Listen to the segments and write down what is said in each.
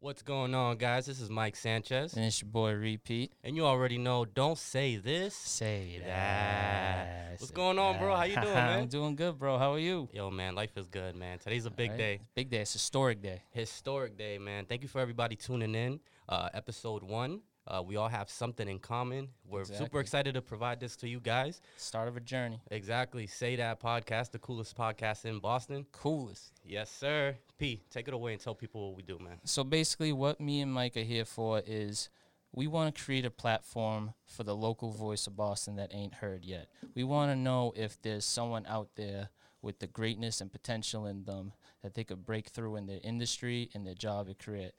What's going on, guys? This is Mike Sanchez, And it's your boy Repeat. and you already know. Don't say this. Say that. that. What's going on, bro? How you doing, man? I'm doing good, bro. How are you? Yo, man, life is good, man. Today's a big Alright. day, Big day. It's historic day. historic day, man. Thank you for everybody tuning in. Uh, episode one. Uh, we all have something in common. We're super Exactly. excited to provide this to you guys. Start of a journey. Exactly. Say that podcast, the coolest podcast in Boston. Coolest. Yes, sir. P, take it away and tell people what we do, man. So basically, what me and Mike are here for is we want to create a platform for the local voice of Boston that ain't heard yet. We want to know if there's someone out there with the greatness and potential in them that they could break through in their industry, in their job, or career.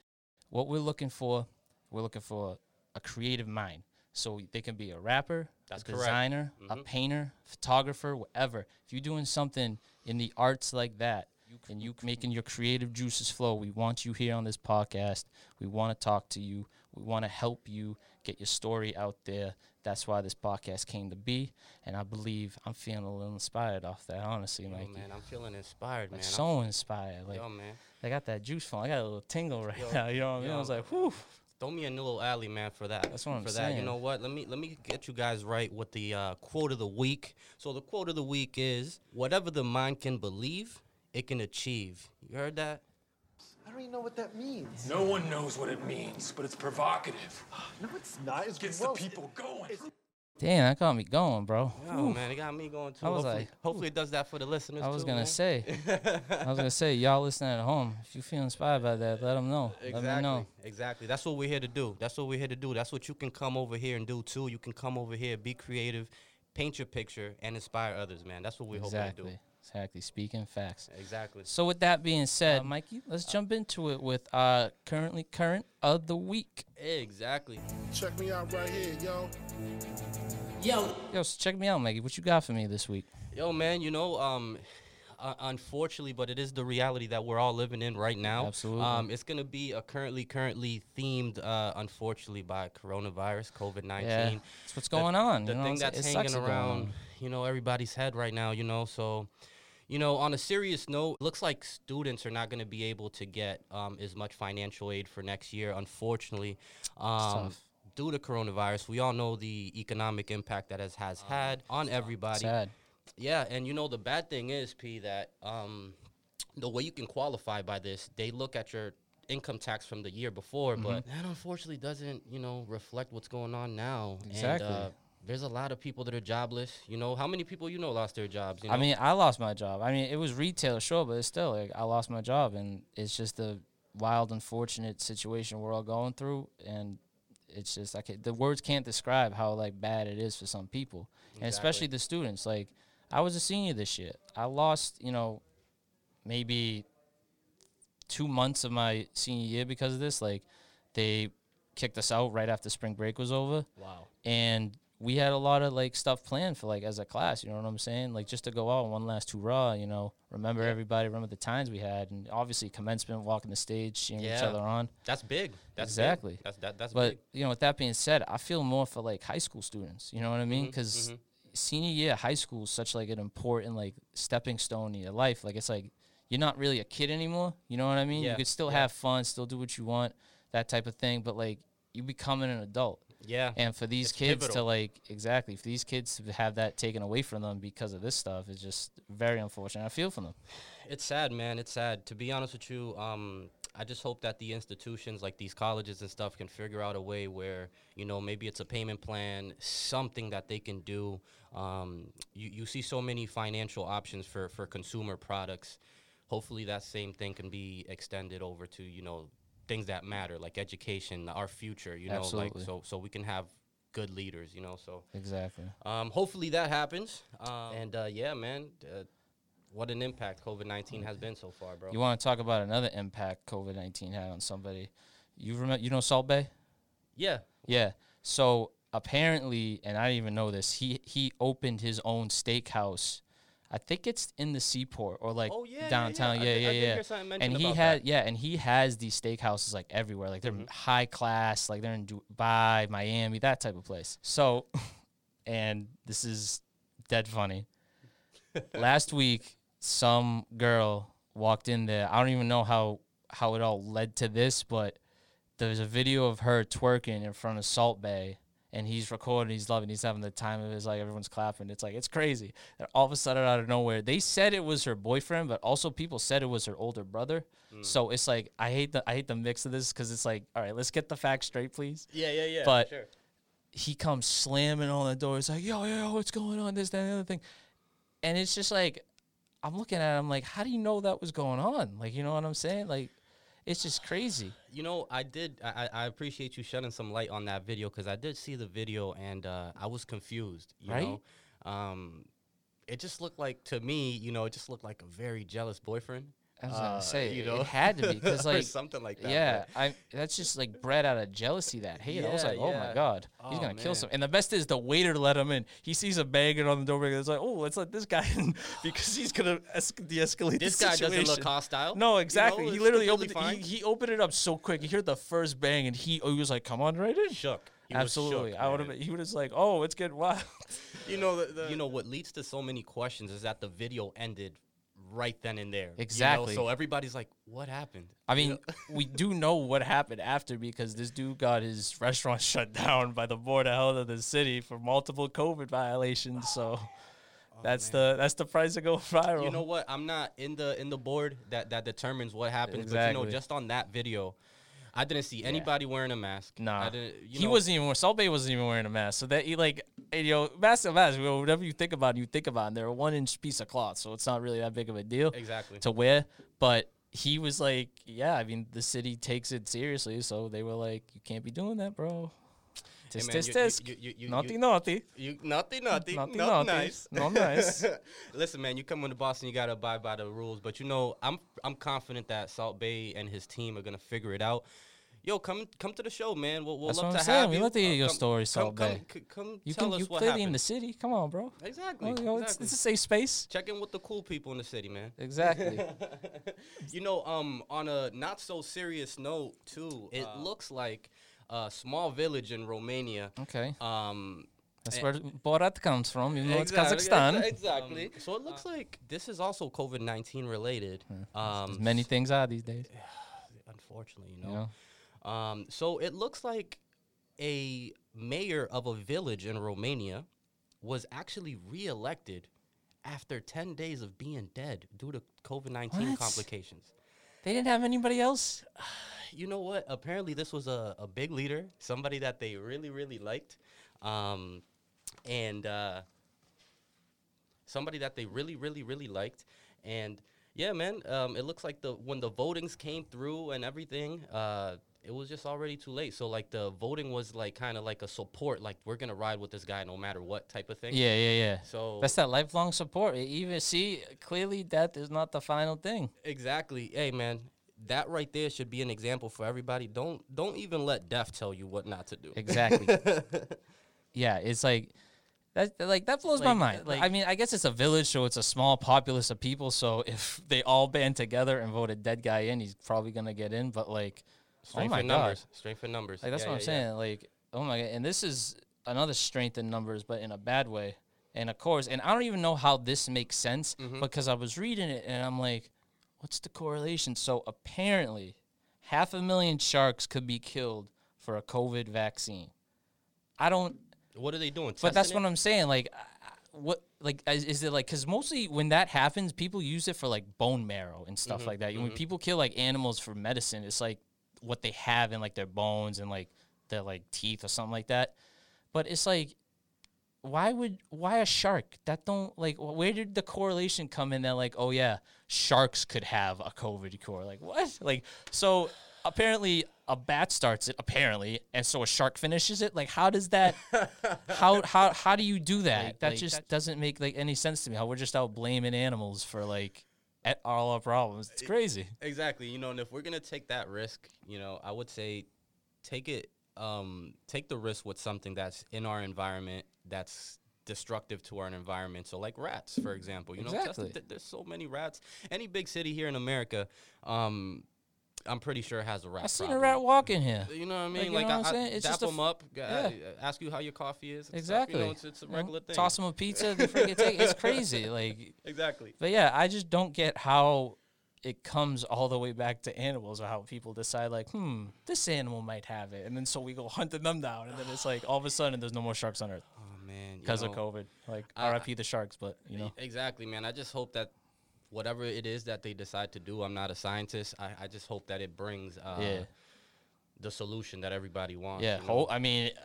What we're looking for, we're looking for a creative mind. So they can be a rapper, That's a correct. designer, a Mhm. painter, photographer, whatever. If you're doing something in the arts like that, and you making your creative juices flow, we want you here on this podcast. We want to talk to you. We want to help you get your story out there. That's why this podcast came to be. And I believe I'm feeling a little inspired off that, honestly, Yo, Mikey. man, I'm feeling inspired, Like man. I'm- so inspired. Like yo, man. I got that juice flowing. I got a little tingle right Yo, now. You know what I mean? yo. I was like, whew. Throw me a new little alley, man, for that. That's what I'm for that. You saying. know what? Let me let me get you guys right with the uh, quote of the week. So the quote of the week is whatever the mind can believe, it can achieve. You heard that? I don't even know what that means. No one knows what it means, but it's provocative. No, it's not. It's Gets the gross. people going. Damn, that got me going, bro. Oh man, it got me going too. I was hopefully, like, hopefully it does that for the listeners. I was too, gonna man. say, I was gonna say, y'all listening at home, if you feel inspired by that, let them know. Let me know. Exactly. Exactly. That's what we're here to do. That's what we're here to do. That's what you can come over here and do too. You can come over here, be creative, paint your picture, and inspire others, man. That's what we hope to Exactly. do. Exactly. Speaking facts. Exactly. So with that being Uh, said, Mikey, let's jump into it with uh currently current of the week. Exactly. Check me out right here, yo. Yo, so check me out, Mikey. What you got for me this week? Yo, man, you know, um, uh, unfortunately, but it is the reality that we're all living in right now. Absolutely. Um, it's gonna be a currently, currently themed, uh, unfortunately, by coronavirus, COVID nineteen. Yeah, it's what's going on. The you know thing what I'm saying? that's It sucks hanging what's going on. around, you know, everybody's head right now. You know, so. You know, on a serious note, looks like students are not going to be able to get um, as much financial aid for next year, unfortunately. Um, tough. due to coronavirus, we all know the economic impact that it has Uh, had on everybody. Sad. Yeah, and you know the bad thing is, P, that um, the way you can qualify by this, they look at your income tax from the year before, but Mm-hmm. that unfortunately doesn't, you know, reflect what's going on now. Exactly. And, uh, there's a lot of people that are jobless. You know, how many people you know lost their jobs? You know? I mean, I lost my job. I mean, it was retail, sure, but it's still like I lost my job, and it's just the wild, unfortunate situation we're all going through, and it's just like the words can't describe how like bad it is for some people, and especially the students. Like, I was a senior this year. I lost, you know, maybe two months of my senior year because of this. Like, they kicked us out right after spring break was over wow. and we had a lot of like stuff planned for like as a class you know what i'm saying like just to go out one last hurrah you know remember everybody remember the times we had and obviously commencement walking the stage cheering each Yeah. other on That's big. That's big. Exactly. That's that, that's but big. you know with that being said i feel more for like high school students you know what i Mm-hmm, mean because senior year of high school is such like an important like stepping stone in your life like it's like you're not really a kid anymore you know what i mean Yeah, you could still yeah. have fun still do what you want that type of thing but like you becoming an adult Yeah. and for these It's kids to pivotal. like exactly for these kids to have that taken away from them because of this stuff is just very unfortunate i feel for them It's sad, man. It's sad. To be honest with you, um, I just hope that the institutions like these colleges and stuff can figure out a way where you know maybe it's a payment plan, something that they can do. Um, you you see so many financial options for for consumer products. Hopefully, that same thing can be extended over to you know things that matter like education, our future. You know, Absolutely. like so so we can have good leaders. You know, so exactly um, hopefully that happens. Um, and uh, yeah, man, uh, what an impact COVID nineteen has been so far, bro. you want to talk about another impact covid-19 had on somebody you remember you know salt bay yeah, yeah so apparently and i didn't even know this he he opened his own steakhouse I think it's in the seaport or like Oh, yeah, yeah, yeah. downtown. I Yeah, did- yeah, I yeah. did hear something mentioned and he about Mm-hmm. had, yeah, and he has these steakhouses like everywhere. Like they're high class. Like they're in Dubai, Miami, that type of place. So and this is dead funny. Last week, some girl walked in there. I don't even know how how it all led to this, but there's a video of her twerking in front of Salt Bay, and he's recording, he's loving, he's having the time of his life. Everyone's clapping. It's like it's crazy. And all of a sudden, out of nowhere, they said it was her boyfriend, but also people said it was her older brother. So it's like I hate the I hate the mix of this because it's like, all right, let's get the facts straight, please. Yeah, yeah, yeah. But- sure. He comes slamming on the door. It's like, yo, yo, yo, what's going on? This, that, and the other thing. And it's just like, I'm looking at him like, how do you know that was going on? Like, you know what I'm saying? Like, it's just crazy. you know, I did. I, I I appreciate you shedding some light on that video because I did see the video and uh, I was confused. You Right? know, um, it just looked like to me, you know, it just looked like a very jealous boyfriend. I was gonna Uh, say you it- know? it had to be because Or like something like that, Yeah, but- I that's just like bred out of jealousy. That hate. I was Yeah, like, oh yeah. my god, he's Oh, gonna man. kill some. And the best is the waiter let him in. He sees a banger on the door. It's like, oh, let's let this guy in because he's gonna es- de-escalate. This the guy doesn't look situation." hostile, you No, know, exactly. he it's literally completely opened. fine. He, he opened it up so quick. He heard the first bang, and he, oh, he was like, come on, right in. Shook. He was Absolutely. shook, I would have. man. He was like, oh, it's getting wild. You know, the, you know what leads to so many questions is that the video ended right then and there. you know? Exactly. So everybody's like, "What happened?" I mean, we do know what happened after because this dude got his restaurant shut down by the board of health of the city for multiple COVID violations. So that's the that's the price to go viral. Oh, you know what? I'm not in the in the board that that determines what happens. But you know, Exactly. just on that video, I didn't see anybody wearing a mask. Nah, I didn't, you he know, wasn't even wearing. Salt Bay wasn't even wearing a mask. So that he like, and, you know, mask to mask. You know, whatever you think about, you think about. And they're a one inch piece of cloth, so it's not really that big of a deal. Exactly. To wear, but he was like, yeah. I mean, the city takes it seriously, so they were like, you can't be doing that, bro. Hey, Tisk, man, tisk, you- tisk. you- you- you- you- naughty, you- naughty. You nothing, nothing, Nothing, nothing, nothing. nice. No nice. Listen, man, you come into Boston, you gotta abide by the rules. But you know, I'm I'm confident that Salt Bay and his team are gonna figure it out. Yo, come come to the show, man. We'll, we'll That's love what I'm to saying. have We you. Uh, love to hear your come- story, come- Salt come, Bay. c- Come, You tell can you us what clearly happened. in the city. Come on, bro. exactly. Well, you know, exactly. It's, it's a safe space. Check in with the cool people in the city, man. Exactly. You know, um, on a not so serious note, too, it looks like a small village in Romania. okay. Um, That's eh. where Borat comes from. You know, it's exactly, Kazakhstan. Um, uh, exa- Exactly. so it looks like this is also COVID nineteen related. Um, As many things are these days. unfortunately, you You know. know? Um, so it looks like a mayor of a village in Romania was actually reelected after ten days of being dead due to COVID nineteen What? complications. They didn't have anybody else. you know what? Apparently, this was a, a big leader, somebody that they really, really liked, um, and uh, somebody that they really, really, really liked. And yeah, man, um, it looks like the when the votings came through and everything, uh, it was just already too late. So like the voting was like kind of like a support, like we're gonna ride with this guy no matter what type of thing. Yeah, yeah, yeah. So That's that lifelong support. E- Even see, clearly death is not the final thing. Exactly. Hey man, that right there should be an example for everybody. Don't don't even let death tell you what not to do. Exactly. yeah, it's like that. that- Like that blows my Like- mind. like- I mean, I guess it's a village, so it's a small populace of people. So if they all band together and vote a dead guy in, he's probably gonna get in. But like, oh Strength my in numbers. god, Strength in numbers. like that's Yeah, what I'm yeah, yeah. saying. Like, oh my god, and this is another strength in numbers, but in a bad way. And of course, and I don't even know how this makes sense Mm-hmm. because I was reading it and I'm like, what's the correlation? So apparently, half a million sharks could be killed for a COVID vaccine. I don't What are they doing? but that's what I'm saying. Like, I- I- what, like, is, is it like, because mostly when that happens, people use it for like bone marrow and stuff like that. When people kill like animals for medicine, it's like what they have in like their bones and like their like teeth or something like that. But it's like, why would why a shark? That don't like. wh- Where did the correlation come in? That like, oh yeah, sharks could have a COVID cure. Like what? Like so. Apparently, a bat starts it. Apparently, and so a shark finishes it. Like, how does that? how how how do you do that? that just doesn't make like any sense to me. How we're just out blaming animals for like at all our problems. It's crazy. Exactly. You know, and if we're gonna take that risk, you know, I would say take it um take the risk with something that's in our environment that's destructive to our environment. So like rats, for example. You know, just- Exactly. th- there's so many rats. Any big city here in America, um, I'm pretty sure has a rat. I seen a problem. rat walk in here. You know what I Like, mean? you Like, know I, what I'm I saying? It's dap just a them f- up, g- uh, ask you how your coffee is. and stuff. Exactly. You know, it's, it's a You know, regular thing. Toss them a pizza. They freaking take. It's crazy. Like Exactly. But yeah, I just don't get how it comes all the way back to animals or how people decide like, hmm, this animal might have it, and then so we go hunting them down, and then it's like all of a sudden there's no more sharks on Earth Oh man, you because of know, COVID. Like I- R.I.P. the sharks, but you know, Exactly, man. I just hope that whatever it is that they decide to do, I'm not a scientist. I, I just hope that it brings uh, Yeah. the solution that everybody wants. yeah. you know? Ho- I mean, uh,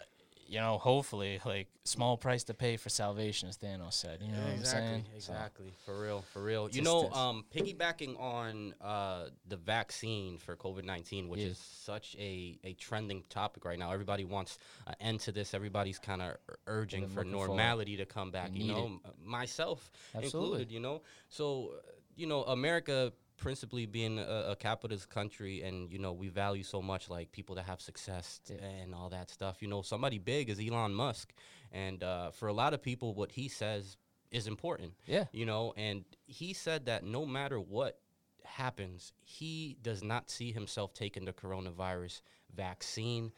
you know, hopefully, like small price to pay for salvation, as Thanos said. You know what exactly, I'm saying? So, exactly. For real, for real. You Just know, this. um, piggybacking on uh, the vaccine for COVID nineteen, which Yeah. is such a, a trending topic right now. Everybody wants an end to this. Everybody's kind of urging They're for looking forward. normality to come back. We You need know, M- myself Absolutely. included. You know, so uh, you know, America. Principally being a, a capitalist country, and you know we value so much like people that have success Yeah. and all that stuff. You know, somebody big is Elon Musk, and uh, for a lot of people, what he says is important. Yeah. You know, and he said that no matter what happens, he does not see himself taking the coronavirus vaccine.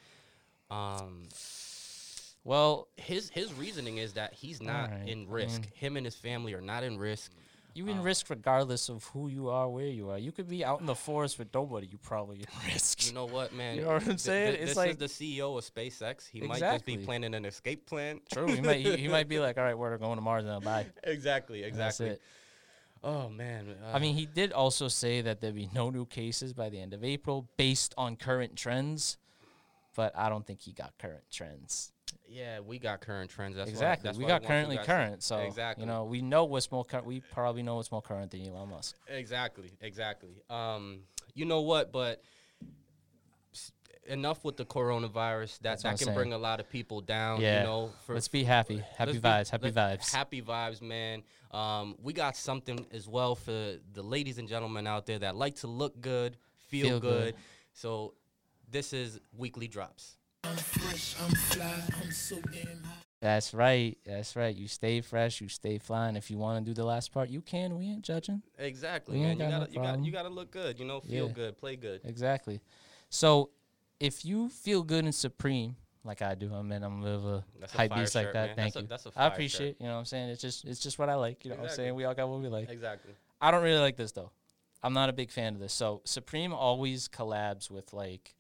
Um, Well, his his reasoning is that he's not Alright, in I risk. mean- Him and his family are not in risk. you Um, in risk regardless of who you are, where you are. You could be out in the forest with nobody. You probably in risk. You know what, man? know what I'm Th- th- saying? It's this like- is the CEO of SpaceX. He might just be Exactly. planning an escape plan. True. He might. He, he might be like, all right, we're going to Mars now. Bye. exactly. That's Exactly. it. Oh man. I mean, he did also say that there'd be no new cases by the end of April based on current trends, but I don't think he got current trends. yeah, we got current trends. That's why- exactly. that's we why I got want you currently guys to- current. So, exactly. you know, we know what's more current. We probably know what's more current than Elon Musk. Exactly, exactly. Um, you know what? But s- enough with the coronavirus. That what I'm that can saying. bring a lot of people down. Yeah. You know, let's be happy. Happy let's vibes. be- happy let's- vibes. Happy vibes, man. Um, we got something as well for the ladies and gentlemen out there that like to look good, feel, Feel good. good. So this is weekly drops. I'm fresh, I'm fly, I'm so damn hot. That's right. That's right. You stay fresh. You stay flying. If you want to do the last part, you can. We ain't judging. Exactly, We man. ain't You got no gotta, you gotta, you problem. gotta look good. You know, feel Yeah. good, play good. Exactly. So if you feel good and supreme, like I do, I mean, I'm a bit of a That's a hype fire beast like shirt, man. that. Thank That's a- you. that's a I fire appreciate. shirt. You know what I'm saying? It's just it's just what I like. You know what I'm Exactly. saying? We all got what we like. Exactly. I don't really like this though. I'm not a big fan of this. So Supreme always collabs with like,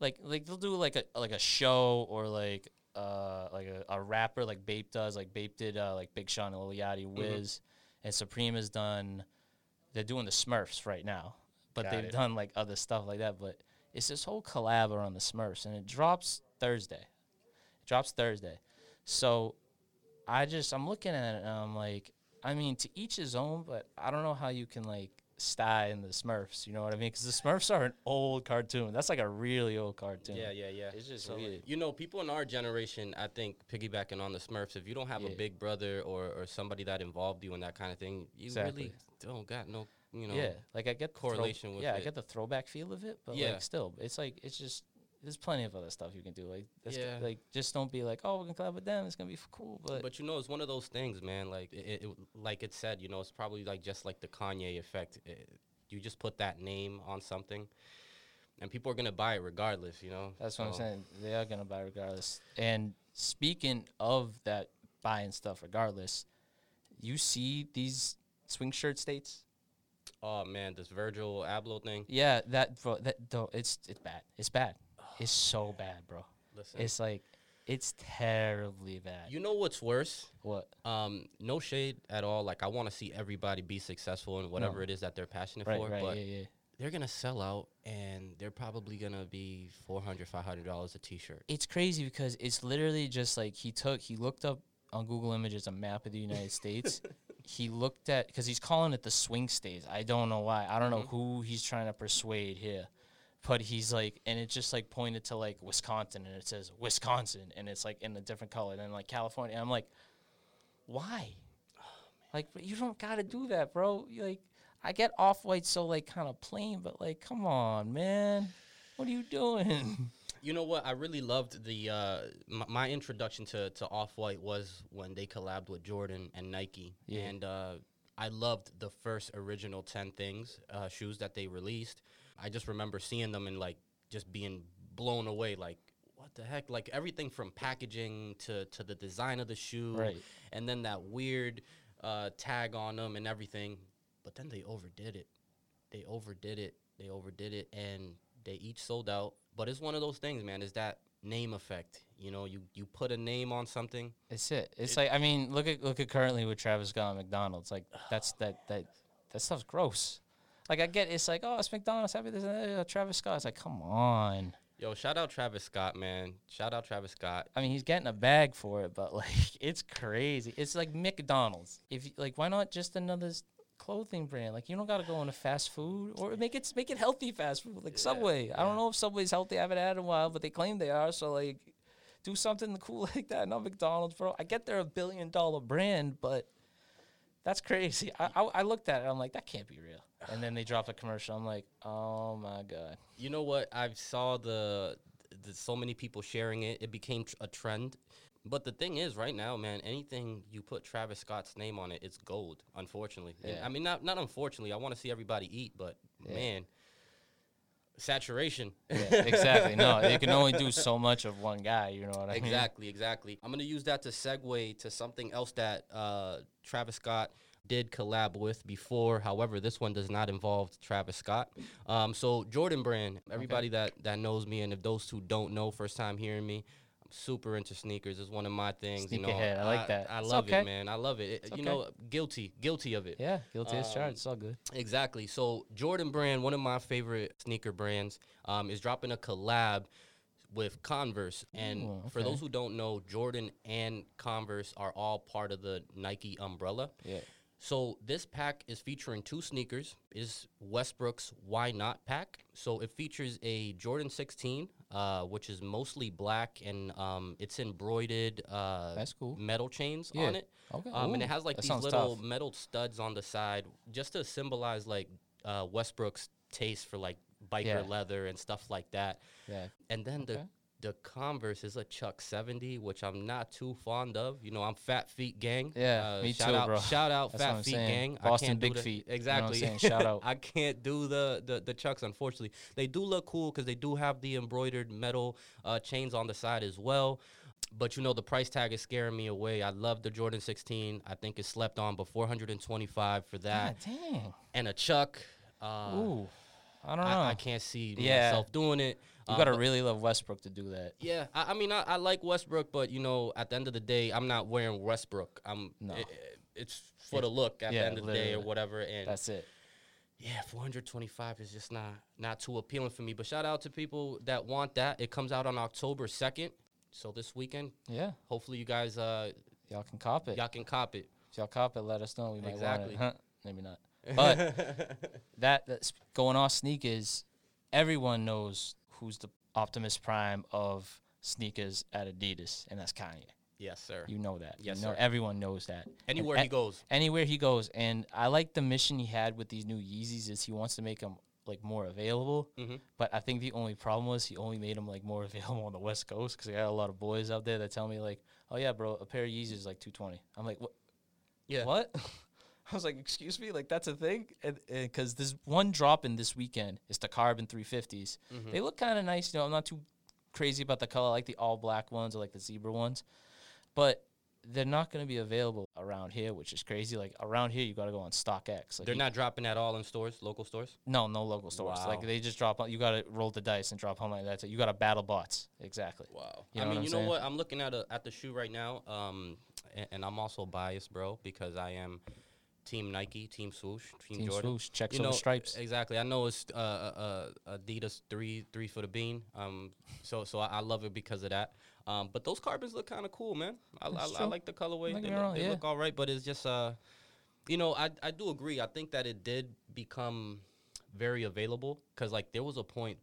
like like they'll do like a like a show or like uh like a, a rapper like Bape does like Bape did uh, like Big Sean and Lil Yachty Mm-hmm. Wiz, and Supreme has done. They're doing the Smurfs right now, but Got they've it. done like other stuff like that. But it's this whole collab around the Smurfs, and it drops Thursday. It drops Thursday, so I just I'm looking at it and I'm like, I mean, to each his own, but I don't know how you can like sty in the Smurfs. You know what I mean? Because the Smurfs are an old cartoon. That's like a really old cartoon. Yeah, yeah, yeah. It's just like, weird. you know, people in our generation, I think, piggybacking on the Smurfs, if you don't have a Yeah. big brother or, or somebody that involved you in that kind of thing, you really Exactly. don't got no, you know. yeah. Like I get the throw- correlation with Yeah, I it. get the throwback feel of it, but Yeah. like still, it's like it's just there's plenty of other stuff you can do. Like that's Yeah. like just don't be like, oh, we're gonna collab with them. It's gonna be f- cool, but, But you know, it's one of those things, man. Like it, it, like it said, you know, it's probably like just like the Kanye effect. It, you just put that name on something, and people are gonna buy it regardless. You know. that's what I'm So, saying. They are gonna buy regardless. And speaking of that buying stuff regardless, you see these swing shirt states. Oh man, this Virgil Abloh thing. Yeah, that bro, that though it's it's bad. It's bad. It's so bad, bro. Listen, It's like it's terribly bad. you know what's worse? what? Um, no shade at all. Like I want to see everybody be successful in whatever it is that they're passionate Right, for. right, yeah, but yeah. they're gonna sell out, and they're probably gonna be 400 500 dollars a t-shirt. It's crazy because it's literally just like he took he looked up on Google Images a map of the United States. He looked at because he's calling it the swing states. I don't know why. I don't know who he's trying to persuade here. But he's like, and it just like pointed to like Wisconsin, and it says Wisconsin, and it's like in a different color, and then like California. And I'm like, why? Like, but you don't gotta do that, bro. You, like, I get off white so like kind of plain, but like, come on, man, what are you doing? You know what? I really loved the uh, my, my introduction to to Off White was when they collabed with Jordan and Nike, Yeah. and uh, I loved the first original 10 things uh, shoes that they released. I just remember seeing them and like just being blown away, like. What the heck? Like everything from packaging to, to the design of the shoe, Right. and then that weird uh, tag on them and everything. But then they overdid it. they overdid it. They overdid it, and they each sold out. But it's one of those things, man. Is that name effect? You know, you you put a name on something. It's it. It's like I mean, look at look at currently with Travis Scott and McDonald's. Like that's that that that stuff's gross. Like I get it's like oh it's McDonald's happy this and that. Travis Scott. It's like come on. Yo, shout out Travis Scott, man. Shout out Travis Scott. I mean he's getting a bag for it, but like it's crazy. It's like McDonald's. If you, like why not just another s- clothing brand? Like you don't gotta go into fast food or make it make it healthy fast food like Subway. I don't know if Subway's healthy. I haven't had it in a while, but they claim they are. So like do something cool like that. Not McDonald's, bro. I get they're a billion dollar brand, but that's crazy. I, I, I looked at it. I'm like, that can't be real. And then they dropped a commercial. I'm like, oh my god. You know what? I saw the, the so many people sharing it. It became tr- a trend. But the thing is, right now, man, anything you put Travis Scott's name on it, it's gold. Unfortunately, And I mean, not not unfortunately. I want to see everybody eat, but man, saturation. Yeah, exactly. No, they can only do so much of one guy. You know what I mean? Exactly, exactly. I'm gonna use that to segue to something else that uh, Travis Scott did collab with before. However, this one does not involve Travis Scott. Um, so Jordan Brand, everybody that that knows me, and if those who don't know, first time hearing me. I'm Super into sneakers It's one of my things. you know, Sneakerhead, I like that. I It's love okay. it, man. I love it. It- you okay. know, guilty, guilty of it. Yeah, guilty as Um, charged. It's all good. Exactly. So Jordan Brand, one of my favorite sneaker brands, um, is dropping a collab with Converse. And Ooh, for okay. those who don't know, Jordan and Converse are all part of the Nike umbrella. Yeah. So this pack is featuring two sneakers. It is Westbrook's Why Not pack. So it features a Jordan 16, uh, which is mostly black and um, it's embroidered uh, That's cool. metal chains Yeah. on it. Okay. Um, and it Ooh, has like that these sounds little tough. metal studs on the side just to symbolize like uh, Westbrook's taste for like biker Yeah. leather and stuff like that. Yeah. And then Okay. the the Converse is a Chuck 70, which I'm not too fond of. You know, I'm Fat Feet Gang. Uh, Yeah, me shout too, out, bro. Shout out That's what Fat I'm Feet saying. Gang. I Boston can't do Big the- Feet, you know what I'm Exactly. saying? Shout out. I can't do the, the the Chucks, unfortunately. They do look cool because they do have the embroidered metal uh, chains on the side as well. But you know the price tag is scaring me away. I love the Jordan 16. I think it slept on, but 425 for God that, dang. and a Chuck. Uh, Ooh. I don't know. I, I can't see Yeah. myself doing it. you Um, gotta but- really love Westbrook to do that. yeah, I, I mean, I, I like Westbrook, but you know, at the end of the day, I'm not wearing Westbrook. I'm No. i- i- it's for the look at Yeah, the end of the day or literally. whatever. And That's it. yeah, 425 is just not not too appealing for me. But shout out to people that want that. It comes out on October 2nd, so this weekend. Yeah. Hopefully, you guys uh Y'all can cop it. y'all can cop it. If y'all cop it, let us know. We might Exactly. want it. Maybe not. But that that's going off sneakers, everyone knows who's the Optimus Prime of sneakers at Adidas, and that's Kanye. Yes, sir. You know that. Yes, you know, sir. Everyone knows that. And Anywhere a- he goes. Anywhere he goes. And I like the mission he had with these new Yeezys is he wants to make them like more available. But I think the only problem was he only made them like more available on the West Coast because I got a lot of boys out there that tell me like, oh yeah, bro, a pair of Yeezys is like two twenty. I'm like, what? yeah. What? I was like, excuse me, like that's a thing, because this one drop in this weekend is the carbon 350s. Mm-hmm. They look kind of nice, you know. I'm not too crazy about the color, I like the all black ones or like the zebra ones, but they're not going to be available around here, which is crazy. Like around here, you got to go on StockX. Like They're you- not dropping at all in stores, local stores. No, no local stores. Like Wow. they just drop. You got to roll the dice and drop home like that. So you got to battle bots. Exactly. Wow. You I know what mean, I'm you know saying? what? I'm looking at a, at the shoe right now, um, and, and I'm also biased, bro, because I am Team Nike, Team Swoosh, Team, Team Jordan. swoosh, checks You over know, eh, stripes. Exactly. I know it's uh, uh, uh, Adidas three three for the bean. Um, so so I, I love it because of that. Um, but those carbons look kind of cool, man. I, I, I true. like the colorway. Don't get They, me look, wrong, they yeah. look all right, but it's just uh, you know, I I do agree. I think that it did become very available because like there was a point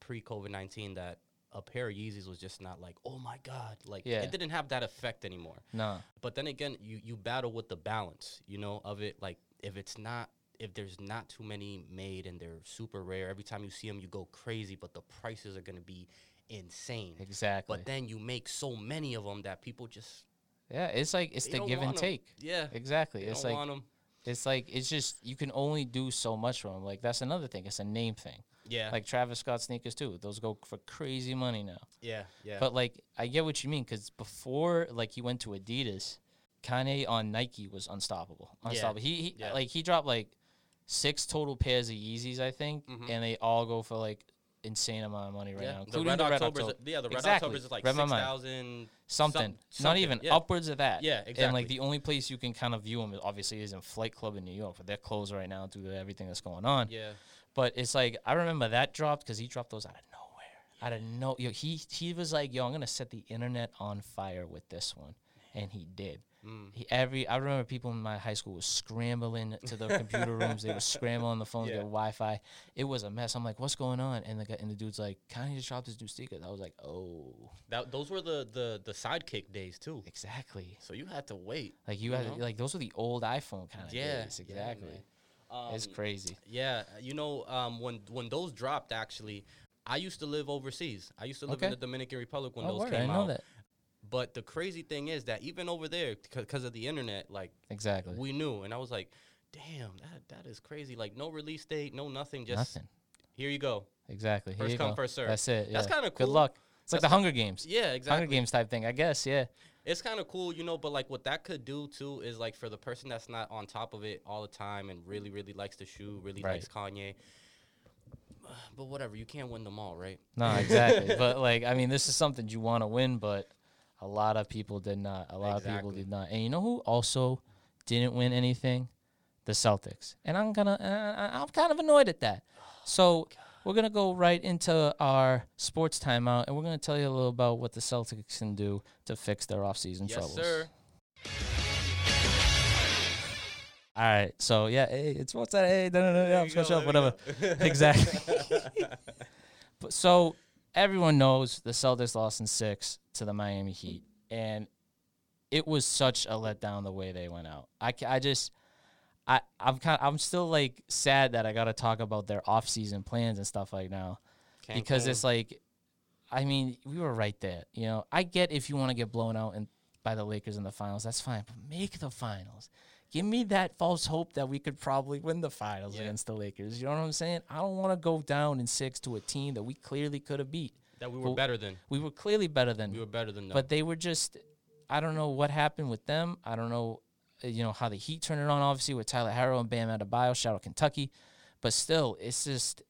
pre COVID nineteen that a pair of Yeezys was just not like oh my god, like Yeah. it didn't have that effect anymore. Nah. But then again, you you battle with the balance, you know, of it. Like if it's not, if there's not too many made and they're super rare, every time you see them, you go crazy. But the prices are gonna be insane. Exactly. But then you make so many of them that people just yeah, it's like it's they the don't give and want 'em. take. Yeah, Exactly. They it's don't like want 'em. It's like it's just you can only do so much from 'em. Like that's another thing. It's a name thing. Yeah, Like Travis Scott sneakers too. Those go for crazy money now. yeah, yeah. But like I get what you mean because before like he went to Adidas, Kanye on Nike was unstoppable. Unstoppable. He, he yeah. like he dropped like six total pairs of Yeezys, I think, and they all go for like insane amount of money right now. Mm-hmm. Yeah, the including Red October. October. Yeah, the Red Exactly. October is like Read my six mind. thousand something, not even yeah. upwards of that. Yeah, And exactly. like the only place you can kind of view them, obviously, is in Flight Club in New York, but they're closed right now due to everything that's going on. Yeah. But it's like I remember that dropped because he dropped those out of nowhere. Out of no, yo, he he was like, yo, I'm gonna set the internet on fire with this one, and he did. Mm. He, every I remember people in my high school was scrambling to their computer rooms. They were scrambling on the phone to Yeah. get Wi-Fi. It was a mess. I'm like, what's going on? And the guy, and the dude's like, Kanye just dropped his new sneakers. I was like, oh, That, those were the, the the sidekick days too. exactly. So you had to wait. Like you, had like those were the old iPhone kind of Yeah, days. yeah, Um, Exactly. it's crazy. Yeah, you know, um, when when those dropped, actually, I used to live overseas. I used to live in Okay. the Dominican Republic when Oh, those word, I came didn't know out. that. But the crazy thing is that even over there, because of the internet, like Exactly. we knew, and I was like, "Damn, that that is crazy!" Like no release date, no nothing, just Nothing. here you go. Exactly. Here First you come, go. first serve. That's it. That's yeah. kinda Good cool. luck. It's like the Hunger Games. Yeah, Hunger exactly. Games type thing, I guess. Yeah. It's kind of cool, you know. But like, what that could do too is like for the person that's not on top of it all the time and really, really likes the shoe, really Right. likes Kanye. But whatever, you can't win them all, right? No, exactly. but like, I mean, this is something you want to win, but a lot of people did not. A lot of people Exactly. did not. And you know who also didn't win anything? The Celtics. And I'm gonna. Uh, I'm kind of annoyed at that. Oh, So we're gonna go right into our sports timeout, and we're gonna tell you a little about what the Celtics can do to fix their offseason Yes, troubles. sir. All right, so yeah, hey, it's what's that? Hey, no, no, no, yeah, you switch go, up, there whatever. exactly. but so everyone knows the Celtics lost in six to the Miami Heat, and it was such a letdown the way they went out. I, ca- I just, I, I'm kind, I'm still like sad that I got to talk about their offseason plans and stuff like now, because Cancun. it's like, I mean, we were right there. You know, I get if you want to get blown out and by the Lakers in the finals, that's fine, but make the finals. Give me that false hope that we could probably win the finals Yeah. against the Lakers. You know what I'm saying? I don't want to go down in six to a team that we clearly could have beat. that we But were better than. We were clearly better than. We were better than them. But they were just, I don't know what happened with them. I don't know, uh, you know, how the Heat turned it on, obviously, with Tyler Harrow and Bam Adebayo, shout out Kentucky. But still, it's just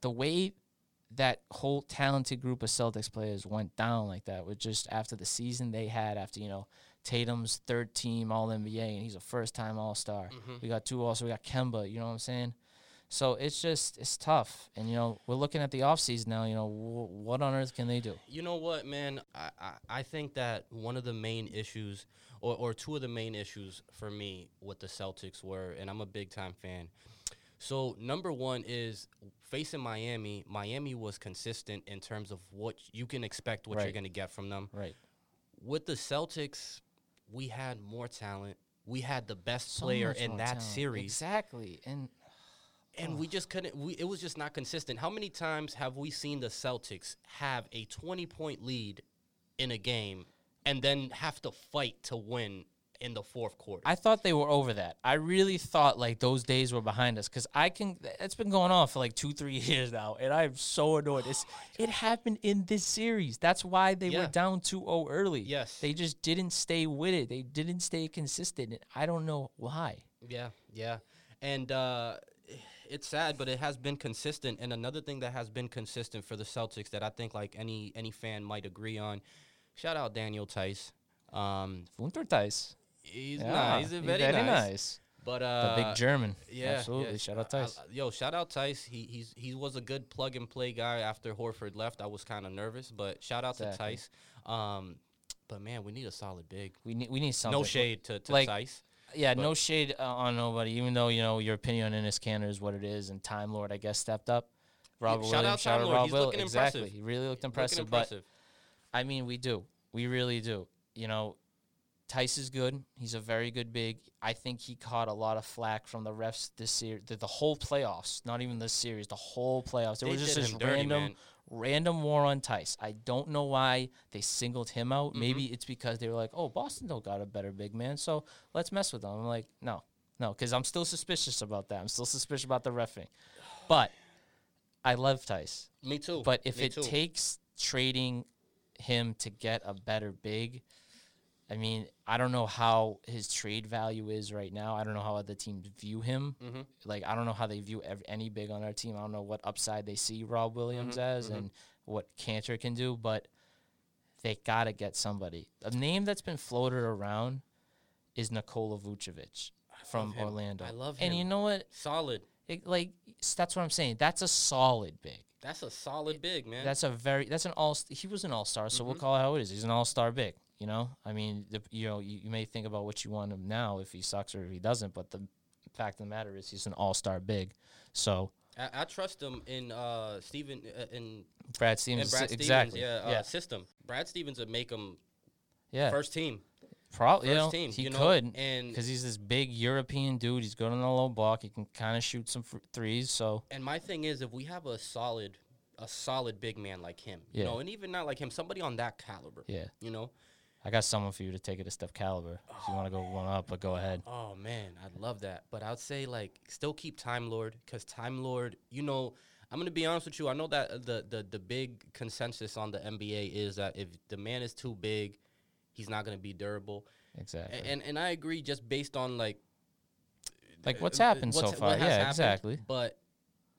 the way that whole talented group of Celtics players went down like that was just after the season they had, after, you know, Tatum's third team All NBA, and he's a first time All Star. We got two also, we got Kemba, you know what I'm saying? So it's just, it's tough. And, you know, we're looking at the offseason now, you know, wh- what on earth can they do? you know what, man? I, I, I think that one of the main issues, or, or two of the main issues for me with the Celtics were, and I'm a big time fan. So, number one is facing Miami. Miami was consistent in terms of what you can expect, what you're Right. going to get from them. Right. With the Celtics, we had more talent. We had the best so player much in more that talent. series. Exactly. And and we just couldn't we it was just not consistent how many times have we seen the celtics have a 20 point lead in a game and then have to fight to win in the fourth quarter I thought they were over that. I really thought like those days were behind us because I can. It's been going on for like two, three years now, and I'm so annoyed. It's, it happened in this series. That's why they were Oh Yeah. down 2-0 early. Yes. They just didn't stay with it. They didn't stay consistent. and I don't know why. yeah yeah and uh it's sad but it has been consistent and another thing that has been consistent for the celtics that i think like any any fan might agree on shout out daniel tice um Funtertais. he's nice he's very, nice. but The uh big German. Yeah, Absolutely. yeah. Shout out I- I- Tice. yo, shout out Tice. He he's he was a good plug and play guy after Horford left. I was kind of nervous, but shout out to Exactly. Tice. Um, but man, we need a solid big. we need we need something. No shade to, to Like, Tice. Yeah, no shade uh, on nobody. Even though you know your opinion on Ennis Canner is what it is, and Time Lord, I guess, stepped up. Robert shout out Williams, shout Time out Lord. Rob He's Will. looking Exactly, impressive. he really looked Looking impressive. impressive. But I mean, we do, we really do. You know, Tice is good. He's a very good big. I think he caught a lot of flack from the refs this year, the, the whole playoffs. Not even this series, the whole playoffs. There They was just did this him dirty, random, man. random war on Tice. I don't know why they singled him out. Mm-hmm. Maybe it's because they were like, "Oh, Boston don't got a better big man, so let's mess with them." I'm like, no, no, because I'm still suspicious about that. I'm still suspicious about the refing, but I love Tice. Me too. But if Me it too. takes trading him to get a better big, I mean, I don't know how his trade value is right now. I don't know how other teams view him. Mm-hmm. Like, I don't know how they view ev- any big on our team. I don't know what upside they see Rob Williams Mm-hmm. as and what Cantor can do, but they got to get somebody. A name that's been floated around is Nikola Vucevic from him. Orlando. I love And you him. know what? Solid. It, like, s- that's what I'm saying. That's a solid big. That's a solid big man. That's a very that's an all. He was an all star, so we'll Mm-hmm. call it how it is. He's an all star big. You know, I mean, the, you know, you, you may think about what you want him now if he sucks or if he doesn't, but the fact of the matter is he's an all star big. So I, I trust him in uh Steven uh, in, Brad in Brad Stevens, Stevens exactly, yeah, uh, yeah, system. Brad Stevens would make him yeah. first team. Probably, first you know, team, he you know, could, and- because he's this big European dude. He's good on the low block. He can kind of shoot some fr- threes. So And my thing is, if we have a solid, a solid big man like him, you Yeah. know, and even not like him, somebody on that caliber, Yeah. you know. I got someone for you to take it a step caliber. If you want to go one up, but go ahead. Oh man, I'd love that. But I'd say like still keep Time Lord because Time Lord, you know, I'm gonna be honest with you. I know that uh, the the the big consensus on the NBA is that if the man is too big, he's not gonna be durable. A- Exactly. Oh. And and I agree, just based on like like what's uh, happened what's- so what far? has Yeah, happened, exactly. But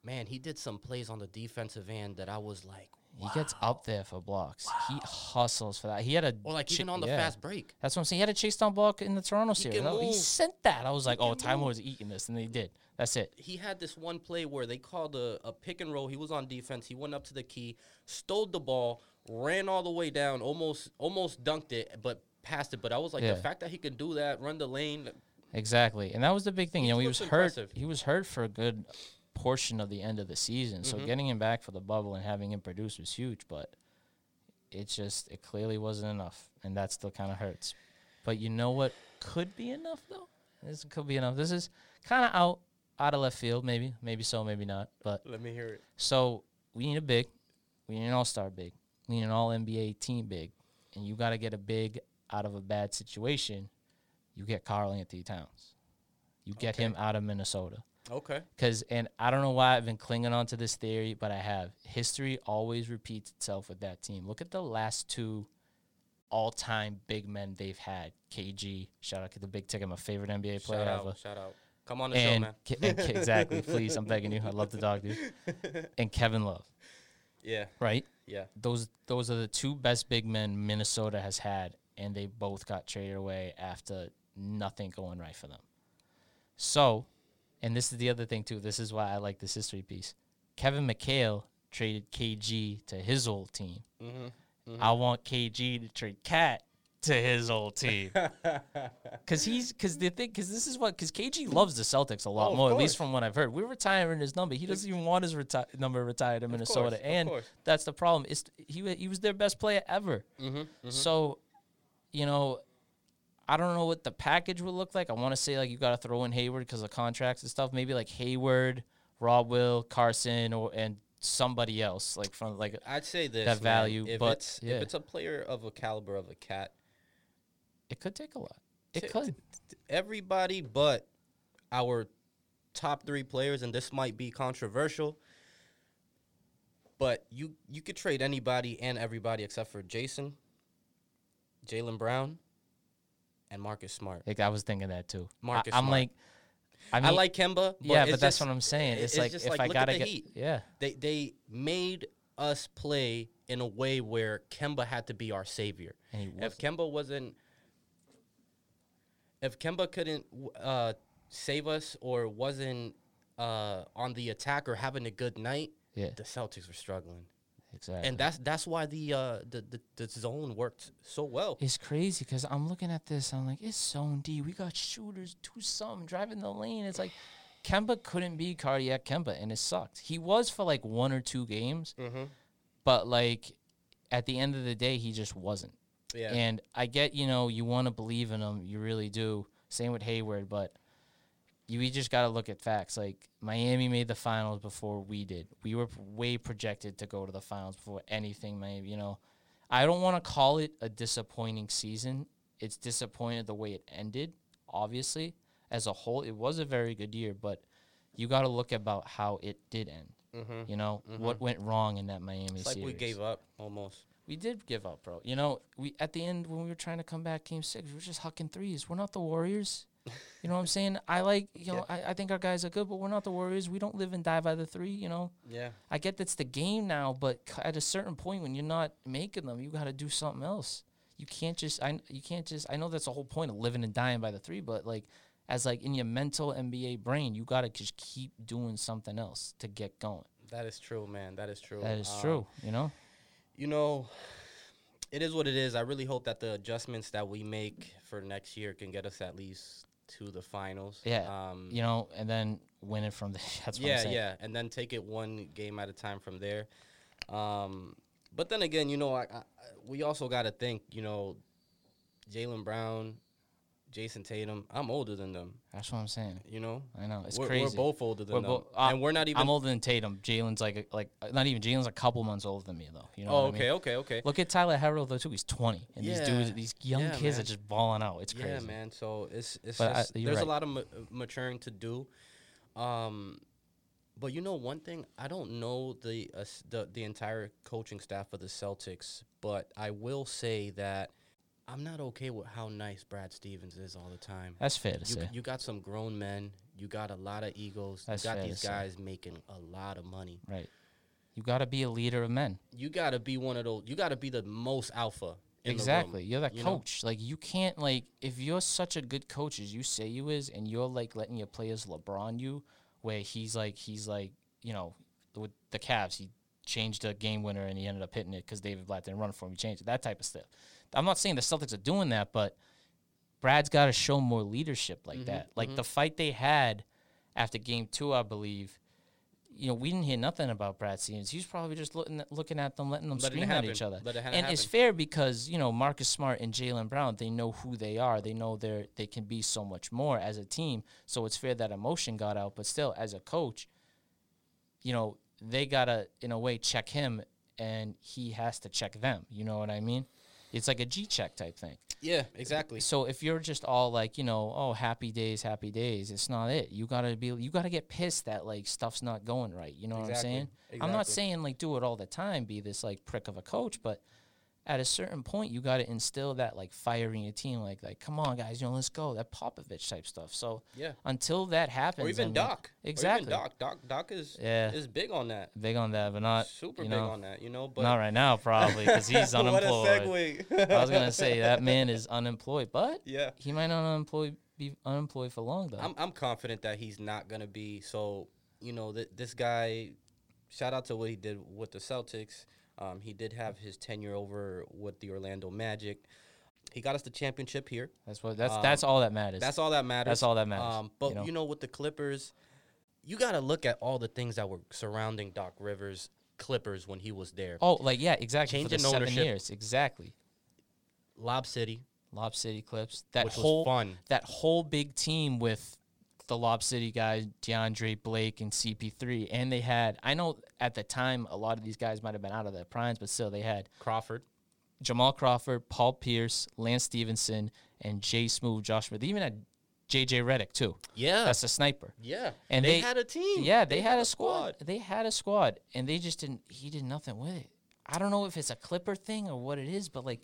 man, he did some plays on the defensive end that I was like, He gets up there for blocks. He hustles for that. He had a or like chi- even on the yeah. fast break. That's what I'm saying. He had a chase down block in the Toronto He series. can That- He move. sent that. I was like, oh, Time Lord's eating this, and they did. That's it. he had this one play where they called a, a pick and roll. He was on defense. He went up to the key, stole the ball, ran all the way down, almost almost dunked it, but passed it. But I was like, Yeah. the fact that he can do that, run the lane, Exactly, and that was the big thing. You know, he was looks hurt. impressive. He was hurt for a good portion of the end of the season. Mm-hmm. So getting him back for the bubble and having him produce was huge, but it just it clearly wasn't enough, and that still kind of hurts. But you know what could be enough though? This could be enough. This is kind of out out of left field, maybe, maybe so, maybe not. But let me hear it. So we need a big. We need an all star big. We need an all NBA team big. And you got to get a big out of a bad situation. You get Carl Anthony Towns. You get him out of Minnesota. Okay. Because, and I don't know why I've been clinging on to this theory, but I have. History always repeats itself with that team. Look at the last two all time big men they've had KG, shout out to the big ticket, my favorite NBA player Shout out. ever Shout out. Come on the show, and, man. Ke- and Ke- exactly, please, I'm begging you. I love the dog, dude. And Kevin Love, Yeah. right? Yeah. Those those are the two best big men Minnesota has had, and they both got traded away after nothing going right for them. So, and this is the other thing too. This is why I like this history piece. Kevin McHale traded KG to his old team. Mm-hmm. I want KG to trade Cat to his old team. Cause he's cause the thing cause this is what cause KG loves the Celtics a lot Oh, of more, at course. least from what I've heard. We're retiring his number. He doesn't even want his reti- number retired in Minnesota. of and course. that's the problem. It's he wa- he was their best player ever. Mm-hmm, So, you know, I don't know what the package would look like. I want to say like you got to throw in Hayward because of contracts and stuff. Maybe like Hayward, Rob Will, Carson, or and somebody else like from like I'd say this That man, value, If but- it's, yeah. if it's a player of a caliber of a cat, it could take a lot. It T- could. everybody but our top three players, and this might be controversial, but you you could trade anybody and everybody except for Jason, Jalen Brown, and Marcus Smart. Like, I was thinking that too. Marcus I, am Smart. like, I I, mean, like Kemba. But yeah, it's but that's just- what I'm saying. i- It's, like just if I look at gotta the get, Heat. yeah, They they made us play in a way where Kemba had to be our savior. And he if Kemba wasn't, if Kemba couldn't w- uh, save us or wasn't uh, on the attack or having a good night, Yeah. the Celtics were struggling. exactly. And that's that's why the, uh, the the the zone worked so well. It's crazy because I'm looking at this. I'm like, it's zone D. We got shooters, do something, driving the lane. It's like Kemba couldn't be cardiac Kemba, and it sucked. He was for like one or two games, but like at the end of the day, he just wasn't. Yeah. And I get, you know, you want to believe in him, you really do. Same with Hayward, but you we just got to look at facts. Like Miami made the finals before we did. We were way projected to go to the finals before anything. Miami, you know, I don't want to call it a disappointing season. It's disappointed the way it ended. Obviously, as a whole, it was a very good year, but you got to look about how it did end. You know what went wrong in that Miami Mm-hmm. it's like series. we gave up almost. we did give up, bro. You know, we at the end when we were trying to come back game six, we were just hucking threes. We're not the Warriors. You know what I'm saying? I like, you know, I, I think our guys are good, but we're not the Warriors. We don't live and die by the three, you know? Yeah. I get that's the game now, but c- at a certain point when you're not making them, you got to do something else. You can't just I you can't just I know that's the whole point of living and dying by the three, but like as like in your mental NBA brain, you got to just keep doing something else to get going. That is true, man. That is true. That is Um, true, you know? You know, it is what it is. I really hope that the adjustments that we make for next year can get us at least to the finals. Yeah. Um, you know, and then win it from the that's what I'm yeah, saying. yeah, and then take it one game at a time from there. Um, but then again, you know, I, I, we also got to think, you know, Jalen Brown, Jason Tatum. I'm older than them. That's what I'm saying. You know, I know, it's we're, crazy. We're both older than We're them, bo- I- and we're not even. I'm older than Tatum. Jalen's like a- like uh, not even Jalen's a couple months older than me though. You know? oh, what I mean? okay, okay, okay. Look at Tyler Harrell though too. He's 20, and these dudes, Yeah. these young Yeah, kids man. are just balling out. It's crazy. Yeah, man. So it's it's But I- just, you're there's right. a lot of ma- maturing to do. Um, but you know one thing, I don't know the uh, s- the the entire coaching staff of the Celtics, but I will say that I'm not okay with how nice Brad Stevens is all the time. That's fair to You, say. you got some grown men. You got a lot of egos. That's you got fair to these say. guys making a lot of money. right. You got to be a leader of men. You got to be one of those. You got to be the most alpha. In Exactly. The room, You're that you know? coach. Like you can't like if you're such a good coach as you say you is, and you're like letting your players LeBron you, where he's like he's like you know with the Cavs he changed a game winner and he ended up hitting it because David Blatt didn't run for him. He changed it. That type of stuff. I'm not saying the Celtics are doing that, but Brad's got to show more leadership Mm-hmm. like that. Like the fight they had after game two, I believe. You know, we didn't hear nothing about Brad Stevens. He was probably just looking looking at them, letting them Letting it scream at happen. each other. Let it ha- and it's happen. fair because you know Marcus Smart and Jalen Brown, they know who they are. They know they are they can be so much more as a team. So it's fair that emotion got out, but still, as a coach, you know they gotta in a way check him, and he has to check them. You know what I mean? It's like a G check type thing. Yeah, exactly. So if you're just all like, you know, oh, happy days, happy days, it's not it. You gotta be, you gotta get pissed that like stuff's not going right. You know what I'm Exactly, saying? I'm not exactly. saying like do it all the time, be this like prick of a coach, but at a certain point, you gotta instill that like fire in your team, like like come on guys, you know, let's go, that Popovich type stuff. So Yeah. until that happens, Or I even mean- Doc. Or even exactly. Doc. Doc. Doc is Yeah. is big on that. Big on that, but not Super you big know, on that. You know, but not right now probably because he's unemployed. What a segue. I was gonna say that man is unemployed, but Yeah. he might not unemployed be unemployed for long though. I'm I'm confident that he's not gonna be. So you know, th- this guy. Shout out to what he did with the Celtics. Um, he did have his tenure over with the Orlando Magic. He got us the championship here. that's what that's that's all that matters. Um, That's all that matters. all that matters, Um, but you know? you know, with the Clippers, you got to look at all the things that were surrounding Doc Rivers Clippers when he was there. oh like yeah exactly for the Changing seven ownership. years exactly. Lob City, Lob City clips that Which was whole fun. that whole big team with the Lob City guys DeAndre Blake and CP3 and they had I know at the time a lot of these guys might have been out of their primes but still they had Crawford. Jamal Crawford, Paul Pierce, Lance Stevenson, and Jay Smooth, Josh Smith. They even had JJ Reddick too. Yeah. That's a sniper. Yeah, And they, they- had a team. Yeah, they, had, a squad. They had a squad, and they just didn't. He did nothing with it. I don't know if it's a Clipper thing or what it is, but like,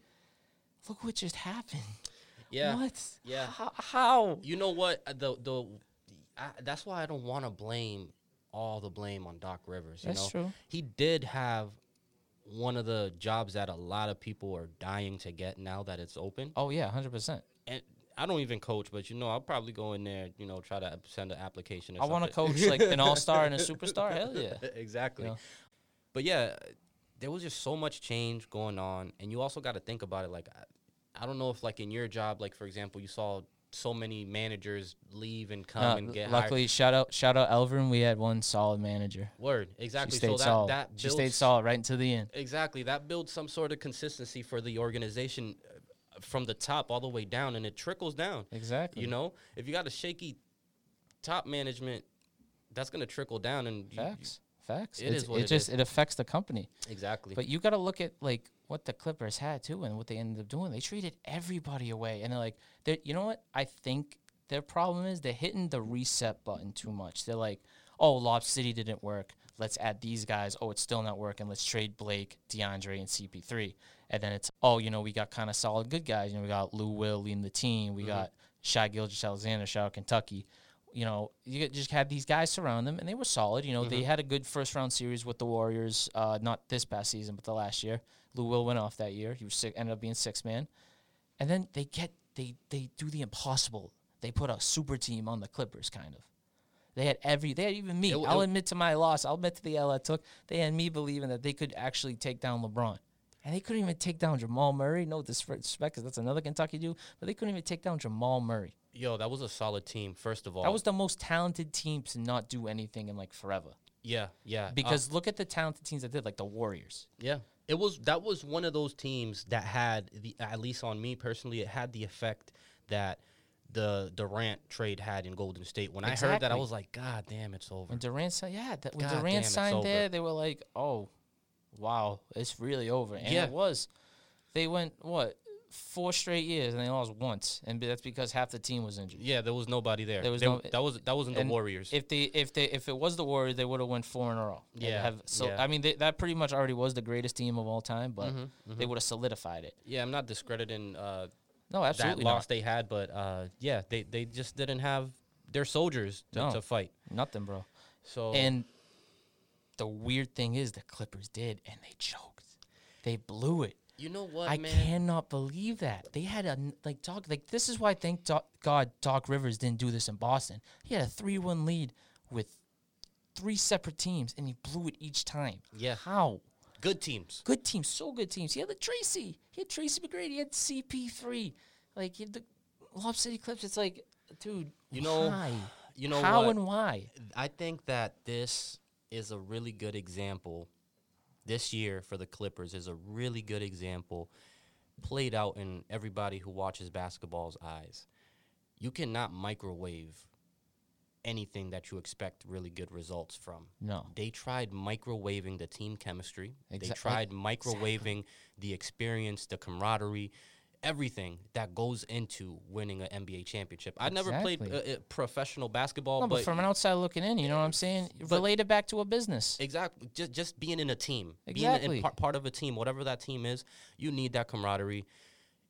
look what just happened. Yeah, What? Yeah. How? how? You know what? uh, The the I, that's why I don't want to blame all the blame on Doc Rivers. You That's know? true. He did have one of the jobs that a lot of people are dying to get now that it's open. Oh yeah, hundred percent. And I don't even coach, but you know, I'll probably go in there. You know, try to send an application. Or I want to something. coach like an all star and a superstar. Hell yeah. E-, exactly. Yeah. But yeah, there was just so much change going on, and you also got to think about it. Like, I, I don't know if like in your job, like for example, you saw so many managers leave and come No, and get Uh, luckily, hired. shout out, shout out, Elvin. We had one solid manager. Word She exactly. stayed so that solid. that builds, she stayed solid right until the end. Exactly. That builds some sort of consistency for the organization uh, from the top all the way down, and it trickles down. Exactly. You know, if you got a shaky top management, that's gonna trickle down, and you- you- Facts. Facts. It It's- is what it just is. it affects the company. exactly. But you got to look at like what the Clippers had too, and what they ended up doing. They treated everybody away, and they're like, they're, you know what? I think their problem is they're hitting the reset button too much. They're like, oh, Lob City didn't work. let's add these guys. Oh, it's still not working. Let's trade Blake, DeAndre, and CP3. And then it's, oh, you know, we got kind of solid good guys. You know, we got Lou Will leading the team. We got Shy Gilgis Alexander, shout out Kentucky. You know, you get- just had these guys surround them, and they were solid. You know, Mm-hmm. they had a good first round series with the Warriors, uh, not this past season, but the last year. Lou Will went off that year. He was sick, ended up being six man. And then they get they they do the impossible. They put a super team on the Clippers, kind of. They had every they had even me. It w- it I'll w- admit to my loss. I'll admit to the L I took. They had me believing that they could actually take down LeBron. And they couldn't even take down Jamal Murray. No disrespect, because that's another Kentucky dude. But they couldn't even take down Jamal Murray. Yo, that was a solid team. First of all, That was the most talented team to not do anything in like forever. yeah, yeah. uh, Because look at the talented teams that did, like the Warriors. Yeah. It was that was one of those teams that had the at least on me personally, it had the effect that the Durant trade had in Golden State. When I heard that, I Exactly. was like, God damn, it's over. When Durant signed, yeah, that, when God damn, Durant it's signed over. there, they were like, "Oh, wow, it's really over." And Yeah. it was. They went what four straight years, and they lost once, and that's because half the team was injured. yeah, there was nobody there. There was They- no- that was that wasn't the And Warriors. If they if they if it was the Warriors, they would have won four in a row. and Yeah, have- so yeah. Mm-hmm, I mean they, that pretty much already was the greatest team of all time, but they would have solidified it. yeah, I'm not discrediting uh, No, that absolutely loss not. they had, but uh, yeah, they, they just didn't have their soldiers to, No. to fight. Nothing, bro. So And the weird thing is the Clippers did, and they choked. They blew it. you know what, I man? cannot believe that they had a n- like Doc. Like this is why I thank Doc, God Doc Rivers didn't do this in Boston. He had a three-one lead with three separate teams, and he blew it each time. Yeah. how Good teams. good teams, so good teams. He had the Tracy, he had Tracy McGrady, he had CP3, like he had the Lob City Clips. It's like, dude, You know- why? you know how what? and why? I think that this is a really good example. This year for the Clippers is a really good example played out in everybody who watches basketball's eyes. You cannot microwave anything that you expect really good results from. No. They tried microwaving the team chemistry. they Exac- like- tried microwaving the experience, the camaraderie, everything that goes into winning an NBA championship. I never played uh, Exactly. uh, professional basketball, No, but, but from an outside looking in, you know what I'm saying? Relate it back to a business. Exactly. Just just being in a team, being Exactly. in part, part of a team, whatever that team is, you need that camaraderie.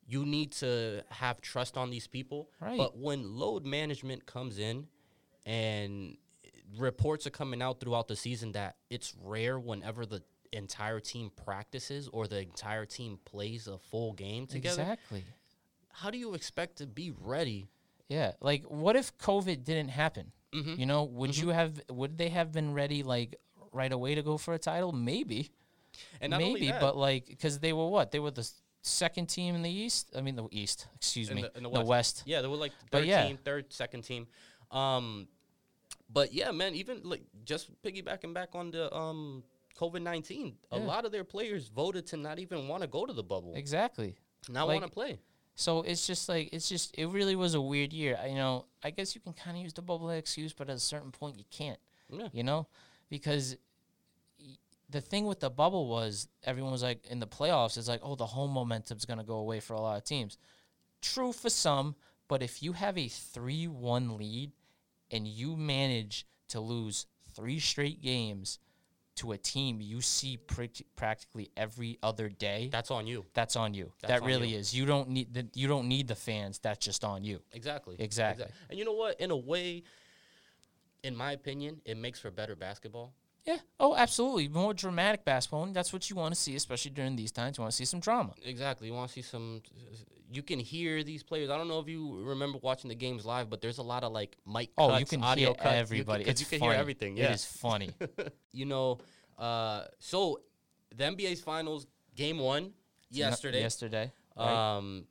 You need to have trust on these people. Right. But when load management comes in, and reports are coming out throughout the season that it's rare whenever the entire team practices or the entire team plays a full game together. Exactly. How do you expect to be ready? Yeah, like what if COVID didn't happen? Mm-hmm. You know, would you have? Would they have been ready like right away to go for a title? Maybe, And not only maybe, that- but like because they were what? They were the s- second team in the East. I mean, the East. Excuse in me, the, in the, the West. West. Yeah, they were like But third yeah. team, third, second team. Um, but yeah, man, even like just piggybacking back on the um COVID nineteen, a lot of their players voted to not even want to go to the bubble, Exactly. not like- want to play. So it's just like it's just it really was a weird year. I you know I guess you can kind of use the bubble excuse, but at a certain point you can't. Yeah. You know, because y- the thing with the bubble was everyone was like in the playoffs it's like oh the home momentum's going to go away for a lot of teams. True for some, but if you have a three-one lead and you manage to lose three straight games to a team you see prac- practically every other day That's on you. that's on you. That's that on really you. is. You don't need the, you don't need the fans. That's just on you. Exactly. Exactly. And you know what? In a way, in my opinion, it makes for better basketball. Yeah. Oh, absolutely. More dramatic basketball. And that's what you want to see, especially during these times. You want to see some drama. Exactly. You want to see some. You can hear these players. I don't know if you remember watching the games live, but there's a lot of like mic Oh, cuts, you can audio hear cuts. You can- everybody. 'cause it's you can funny. hear everything. Yeah. It is funny. you know, uh, so the NBA's finals game one yesterday. yesterday. right? Um,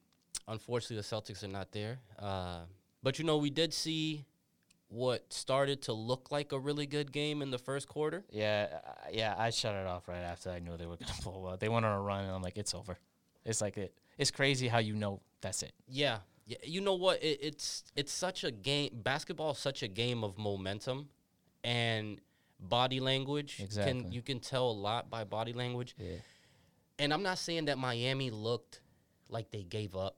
unfortunately, the Celtics are not there. Uh, but you know, we did see what started to look like a really good game in the first quarter. yeah. uh, Yeah. I shut it off right after I knew they were going to blow out. They went on a run, and I'm like, it's over. It's like it. It's crazy how you know that's it. Yeah, yeah. You know what? It, it's it's such a game. Basketball is such a game of momentum, and body language. Can, Exactly. you can tell a lot by body language. Yeah. And I'm not saying that Miami looked like they gave up,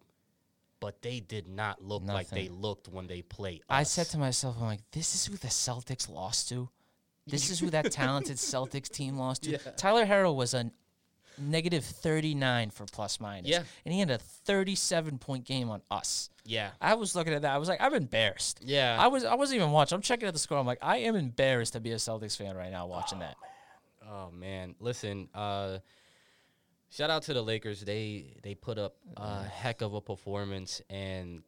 but they did not look like they Nothing. looked when they played. I us. said to myself, I'm like, this is who the Celtics lost to. This is who that talented Celtics team lost to. Tyler Harrow was a negative 39 for plus minus. Yeah. And he had a 37 point game on us. Yeah. I was looking at that. I was like, I'm embarrassed. Yeah. I was I wasn't even watching. I'm checking out the score. I'm like, I am embarrassed to be a Celtics fan right now watching that. Oh man, listen. Uh, shout out to the Lakers. They they put up a heck of a performance, and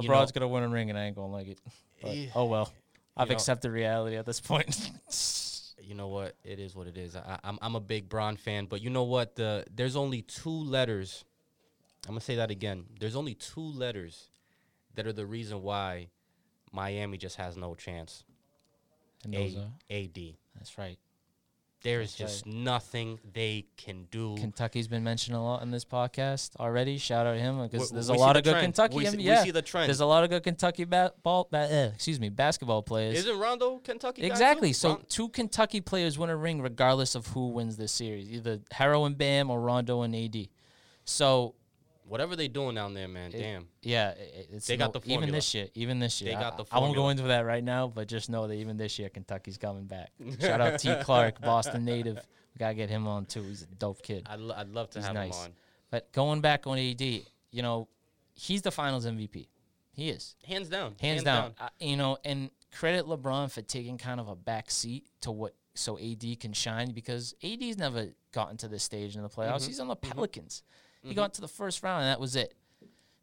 you know, LeBron's gonna win a ring and I ain't gonna like it. But, oh well. I've know- accepted reality at this point. you know what? It is what it is. I, I'm I'm a big Bron fan, but you know what? The there's only two letters. I'm gonna say that again. There's only two letters that are the reason why Miami just has no chance. And those A are- A D. that's right. There is just nothing they can do. Kentucky's been mentioned a lot in this podcast already. Shout out him because We- there's we a see lot the of good trend. Kentucky. We NBA see- we yeah. see the trend. There's a lot of good Kentucky bat, ball, ba- uh, excuse me, basketball players. Isn't Rondo Kentucky? guy too? exactly. So Ron- two Kentucky players win a ring regardless of who wins this series, either Harrow and Bam or Rondo and AD. So whatever they doing down there, man. damn. yeah, i- i- it's They got the even formula. this year. Even this year, They I- got the I, I won't go formula. into that right now, but just know that even this year, Kentucky's coming back. Shout out T. Clark, Boston native. We gotta get him on too. He's a dope kid. I'd, lo- I'd love to He's have nice. him on. But going back on AD, you know, he's the Finals MVP. He is Hands down. hands, down. Uh, you know, and credit LeBron for taking kind of a back seat to what so AD can shine because AD's never gotten to this stage in the playoffs. Mm-hmm. He's on the Pelicans. He got to the first round and that was it.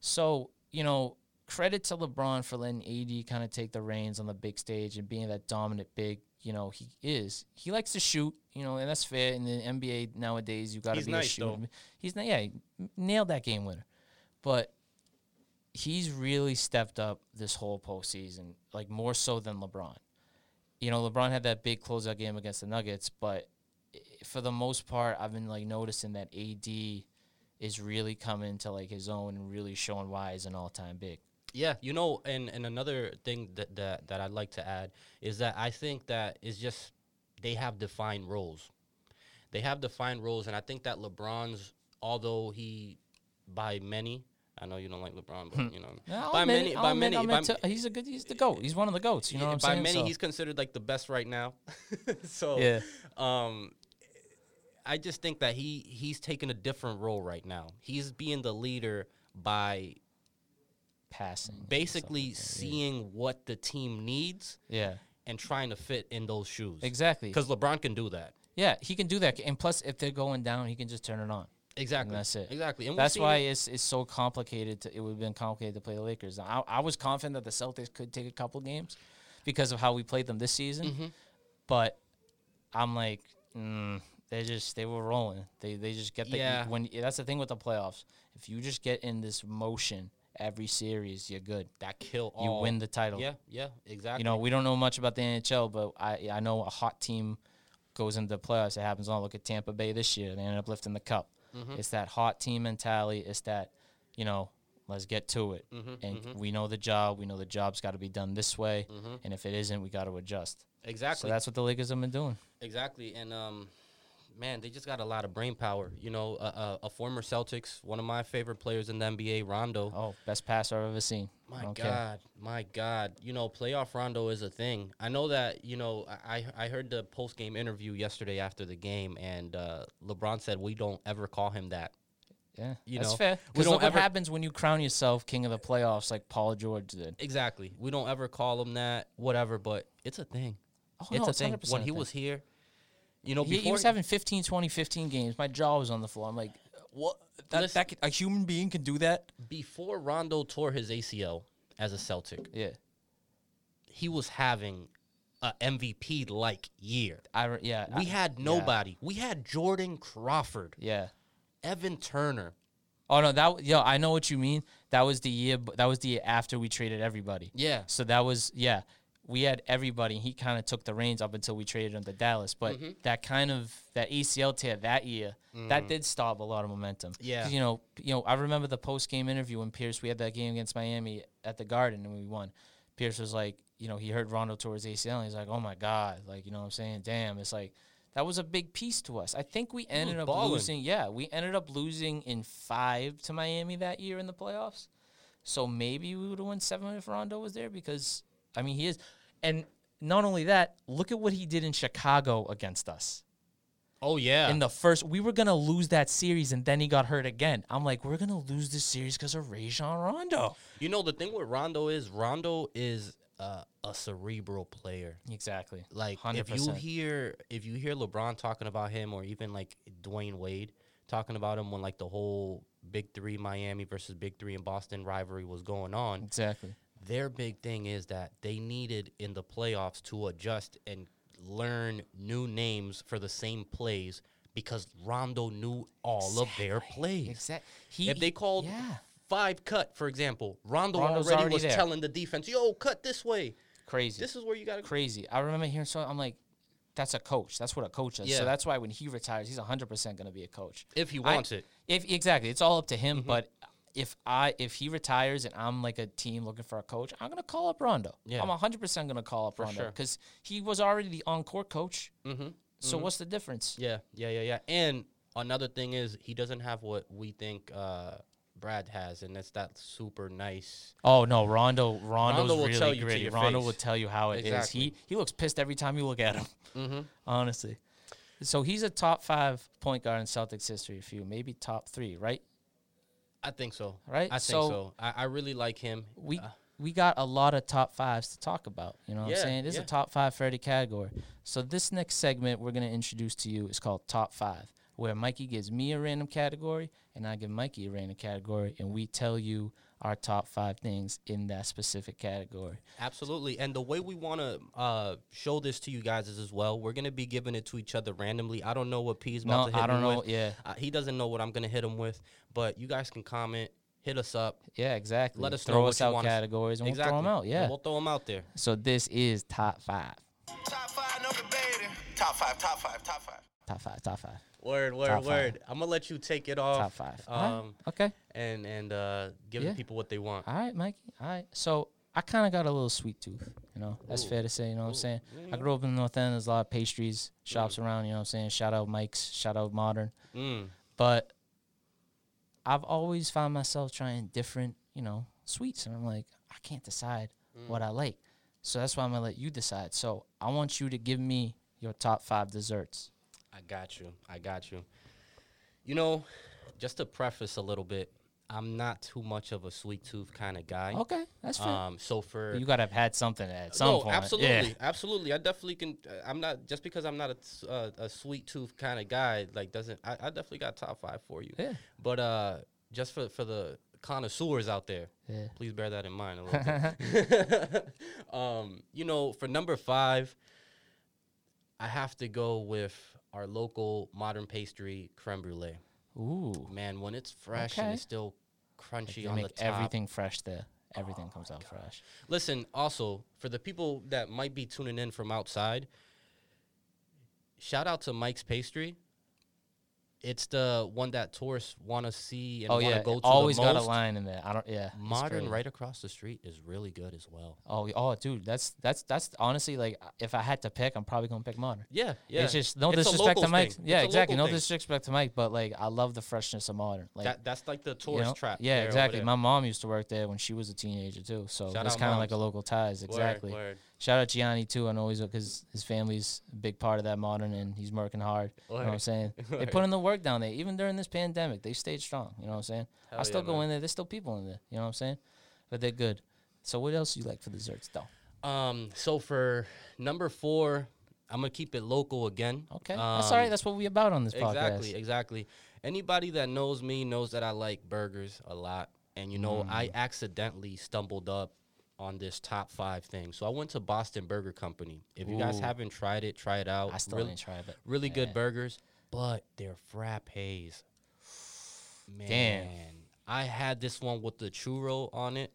So, you know, credit to LeBron for letting AD kind of take the reins on the big stage and being that dominant big, you know, he is. He likes to shoot, you know, and that's fair. In the NBA nowadays, you got to He's be a nice, shooter. though. He's not, yeah, he nailed that game winner. But he's really stepped up this whole postseason, like more so than LeBron. You know, LeBron had that big closeout game against the Nuggets, but i- for the most part, I've been like noticing that AD is really coming to like his own and really showing why he's an all time big. Yeah, you know, and, and another thing that, that that I'd like to add is that I think that it's just they have defined roles. They have defined roles, and I think that LeBron's, although he, by many, I know you don't like LeBron, but you know, by many, by many, by m- he's a good, he's the goat. He's one of the goats. You know yeah, what I'm by saying? many, So- he's considered like the best right now. so Yeah. um, I just think that he he's taking a different role right now. He's being the leader by passing, and stuff basically like that, yeah. seeing what the team needs yeah. and trying to fit in those shoes. Exactly. Because LeBron can do that. Yeah, he can do that. And plus, if they're going down, he can just turn it on. Exactly. And that's it. Exactly. And we've that's seen why it- it's it's so complicated. To, it would have been complicated to play the Lakers. I, I was confident that the Celtics could take a couple games because of how we played them this season, Mm-hmm. but I'm like, mm, they just they were rolling. They they just get the Yeah. when that's the thing with the playoffs. If you just get in this motion every series, you're good. that kill You all. win the title. Yeah. Yeah. Exactly. You know, we don't know much about the NHL, but I I know a hot team goes into the playoffs. It happens all. Look at Tampa Bay this year; they ended up lifting the cup. Mm-hmm. It's that hot team mentality. It's that you know, let's get to it. Mm-hmm, and we know the job. We know the job's got to be done this way. And if it isn't, we got to adjust. So Mm-hmm. exactly. that's what the Lakers have been doing. exactly. And um, man, they just got a lot of brain power. You know, a, a, a former Celtics, one of my favorite players in the NBA, Rondo. Oh, best passer I've ever seen. I My don't God, care. my God! You know, playoff Rondo is a thing. I know that. You know, I I I heard the post game interview yesterday after the game, and uh, LeBron said we don't ever call him that. Yeah, you that's know, fair. we Because don't look what ever- happens when you crown yourself king of the playoffs, like Paul George did. Exactly. We don't ever call him that, whatever, but it's a thing. Oh, it's no, a it's thing. 100% When a he thing. was here, you know, He, before he was having 15, 20, 15 games. My jaw was on the floor. I'm like, what? That, Listen- that can, a human being can do that? before Rondo tore his ACL as a Celtic, Yeah. he was having a MVP like year. I re- yeah. We I- had yeah, nobody. We had Jordan Crawford, Yeah. Evan Turner. Oh no, that w- yo, I know what you mean. That was the year. b- That was the year after we traded everybody. Yeah. So that was yeah. We had everybody. He kind of took the reins up until we traded him to Dallas. But that kind of that ACL tear that year, that did stop a lot of momentum. 'Cause, Yeah. You know, you know, I remember the post game interview when Pierce. We had that game against Miami at the Garden and we won. Pierce was like, you know, he heard Rondo towards ACL and he's like, oh my god, like you know what I'm saying? Damn, it's like. That was a big piece to us. I think we ended up balling. losing. Yeah, we ended up losing in five to Miami that year in the playoffs. So maybe we would have won seven if Rondo was there because I mean he is, and not only that, look at what he did in Chicago against us. Oh yeah. In the first, we were gonna lose that series, and then he got hurt again. I'm like, we're gonna lose this series because of Rajon Rondo. you know the thing with Rondo is Rondo is uh, a cerebral player. Exactly. Like if you 100%. hear if you hear LeBron talking about him or even like Dwayne Wade talking about him when like the whole Big 3 Miami versus Big 3 in Boston rivalry was going on, exactly. their big thing is that they needed in the playoffs to adjust and learn new names for the same plays because Rondo knew all of their plays. Exact- he- If they he- called yeah. five cut, for example, Rondo Rondo's already, already was there. telling the defense, "Yo, cut this way. Crazy. This is where you got to." crazy. I remember hearing so I'm like, that's a coach. That's what a coach is. Yeah. So that's why when he retires, he's 100 percent going to be a coach If he I- wants it. If exactly, it's all up to Mm-hmm. him. But if I if he retires and I'm like a team looking for a coach, I'm going to call up Rondo. Yeah. I'm 100 percent going to call up Rondo sure. because he was already the on-court coach. Mm-hmm. So what's the difference? Yeah, yeah, yeah, yeah. And another thing is he doesn't have what we think uh, Brad has, and that's that super nice. Oh no, Rondo! Rondo's Rondo will really tell you to gritty. your Rondo face. will tell you how it is. Exactly. Mm-hmm. He he looks pissed every time you look at him. Honestly, so he's a top five point guard in Celtics history. If you maybe top three, right? I think so. Right? I think so. So- I, I really like him. We we got a lot of top fives to talk about. You know what Yeah, I'm saying? This yeah. is a top five for every category. So this next segment we're gonna introduce to you is called Top Five, where Mikey gives me a random category and I give Mikey a random category, and we tell you our top five things in that specific category. Absolutely. And the way we want to uh, show this to you guys is as well, we're going to be giving it to each other randomly. I don't know what P's about No, to hit I don't him know, with. yeah. Uh, he doesn't know what I'm going to hit him with, but you guys can comment, hit us up. Yeah, exactly. Let us throw know us what you out want us- categories and exactly. we'll throw them out. And Yeah. we'll throw them out there. so this is top five, Top five, no debating. Top five, top five, top five. top five, top five, Word, word, Top five. word. I'm gonna let you take it off. top five. All right, Oh, Um, Okay. and and uh, give Yeah. the people what they want. All right, Mikey. All right. So I kind of got a little sweet tooth. You know, that's fair to say. You know what I'm saying? I grew up in the North End. There's a lot of pastries shops around. You know what I'm saying? Shout out Mike's. Shout out Modern. Mm. But I've always found myself trying different, you know, sweets, and I'm like, I can't decide what I like. So that's why I'm gonna let you decide. So I want you to give me your top five desserts. I got you. I got you. You know, just to preface a little bit, I'm not too much of a sweet tooth kind of guy. Okay, that's fair. Um, so for Uh, you gotta have had something at some no, point. Oh, absolutely, Yeah. absolutely. I definitely can. uh, I'm not just because I'm not a, s- uh, a sweet tooth kind of guy. Like doesn't I, I definitely got top five for you. Yeah. But uh, just for for the connoisseurs out there, Yeah. please bear that in mind a little bit. um, you know, for number five, I have to go with our local modern pastry creme brulee. Ooh. Man, when it's fresh and Okay. it's still crunchy They on the make top. Oh everything fresh there. Everything comes out fresh. Listen, also for the people that might be tuning in from outside, shout out to Mike's Pastry. It's the one that tourists want to see and Oh want to yeah, go to always the got a most. line in there. I don't. Yeah, it's Modern crazy. right across the street is really good as well. Oh, y- oh, dude, that's that's that's honestly like if I had to pick, I'm probably gonna pick modern. Yeah, yeah. It's just no It's a disrespect locals to Mike. thing. Yeah, It's a exactly. local No thing. disrespect to Mike, but like I love the freshness of modern. Like That that's like the you tourist know? trap. Yeah, there over exactly. there. My mom used to work there when she was a teenager too, so Shout it's out kind of like moms. a local ties. Exactly. word. Shout out Gianni too. I know he's because his family's a big part of that modern, and he's working hard. You know what I'm Word. saying? They put Word. in the work down there, even during this pandemic. They stayed strong. You know what I'm saying? I Hell still yeah, go man. in there. There's still people in there. You know what I'm saying? But they're good. So what else you like for desserts though? Um, so for number four, I'm gonna keep it local again. Okay, that's all right. Um, That's what we about on this podcast. Exactly, exactly. Anybody that knows me knows that I like burgers a lot. And you know, I Mm. accidentally stumbled up on this top five thing. So I went to Boston Burger Company. If you guys Ooh. haven't tried it, try it out. I still Really- ain't tried it. Really good Yeah. burgers, but they're frappes. Man, I had this one with the churro on it,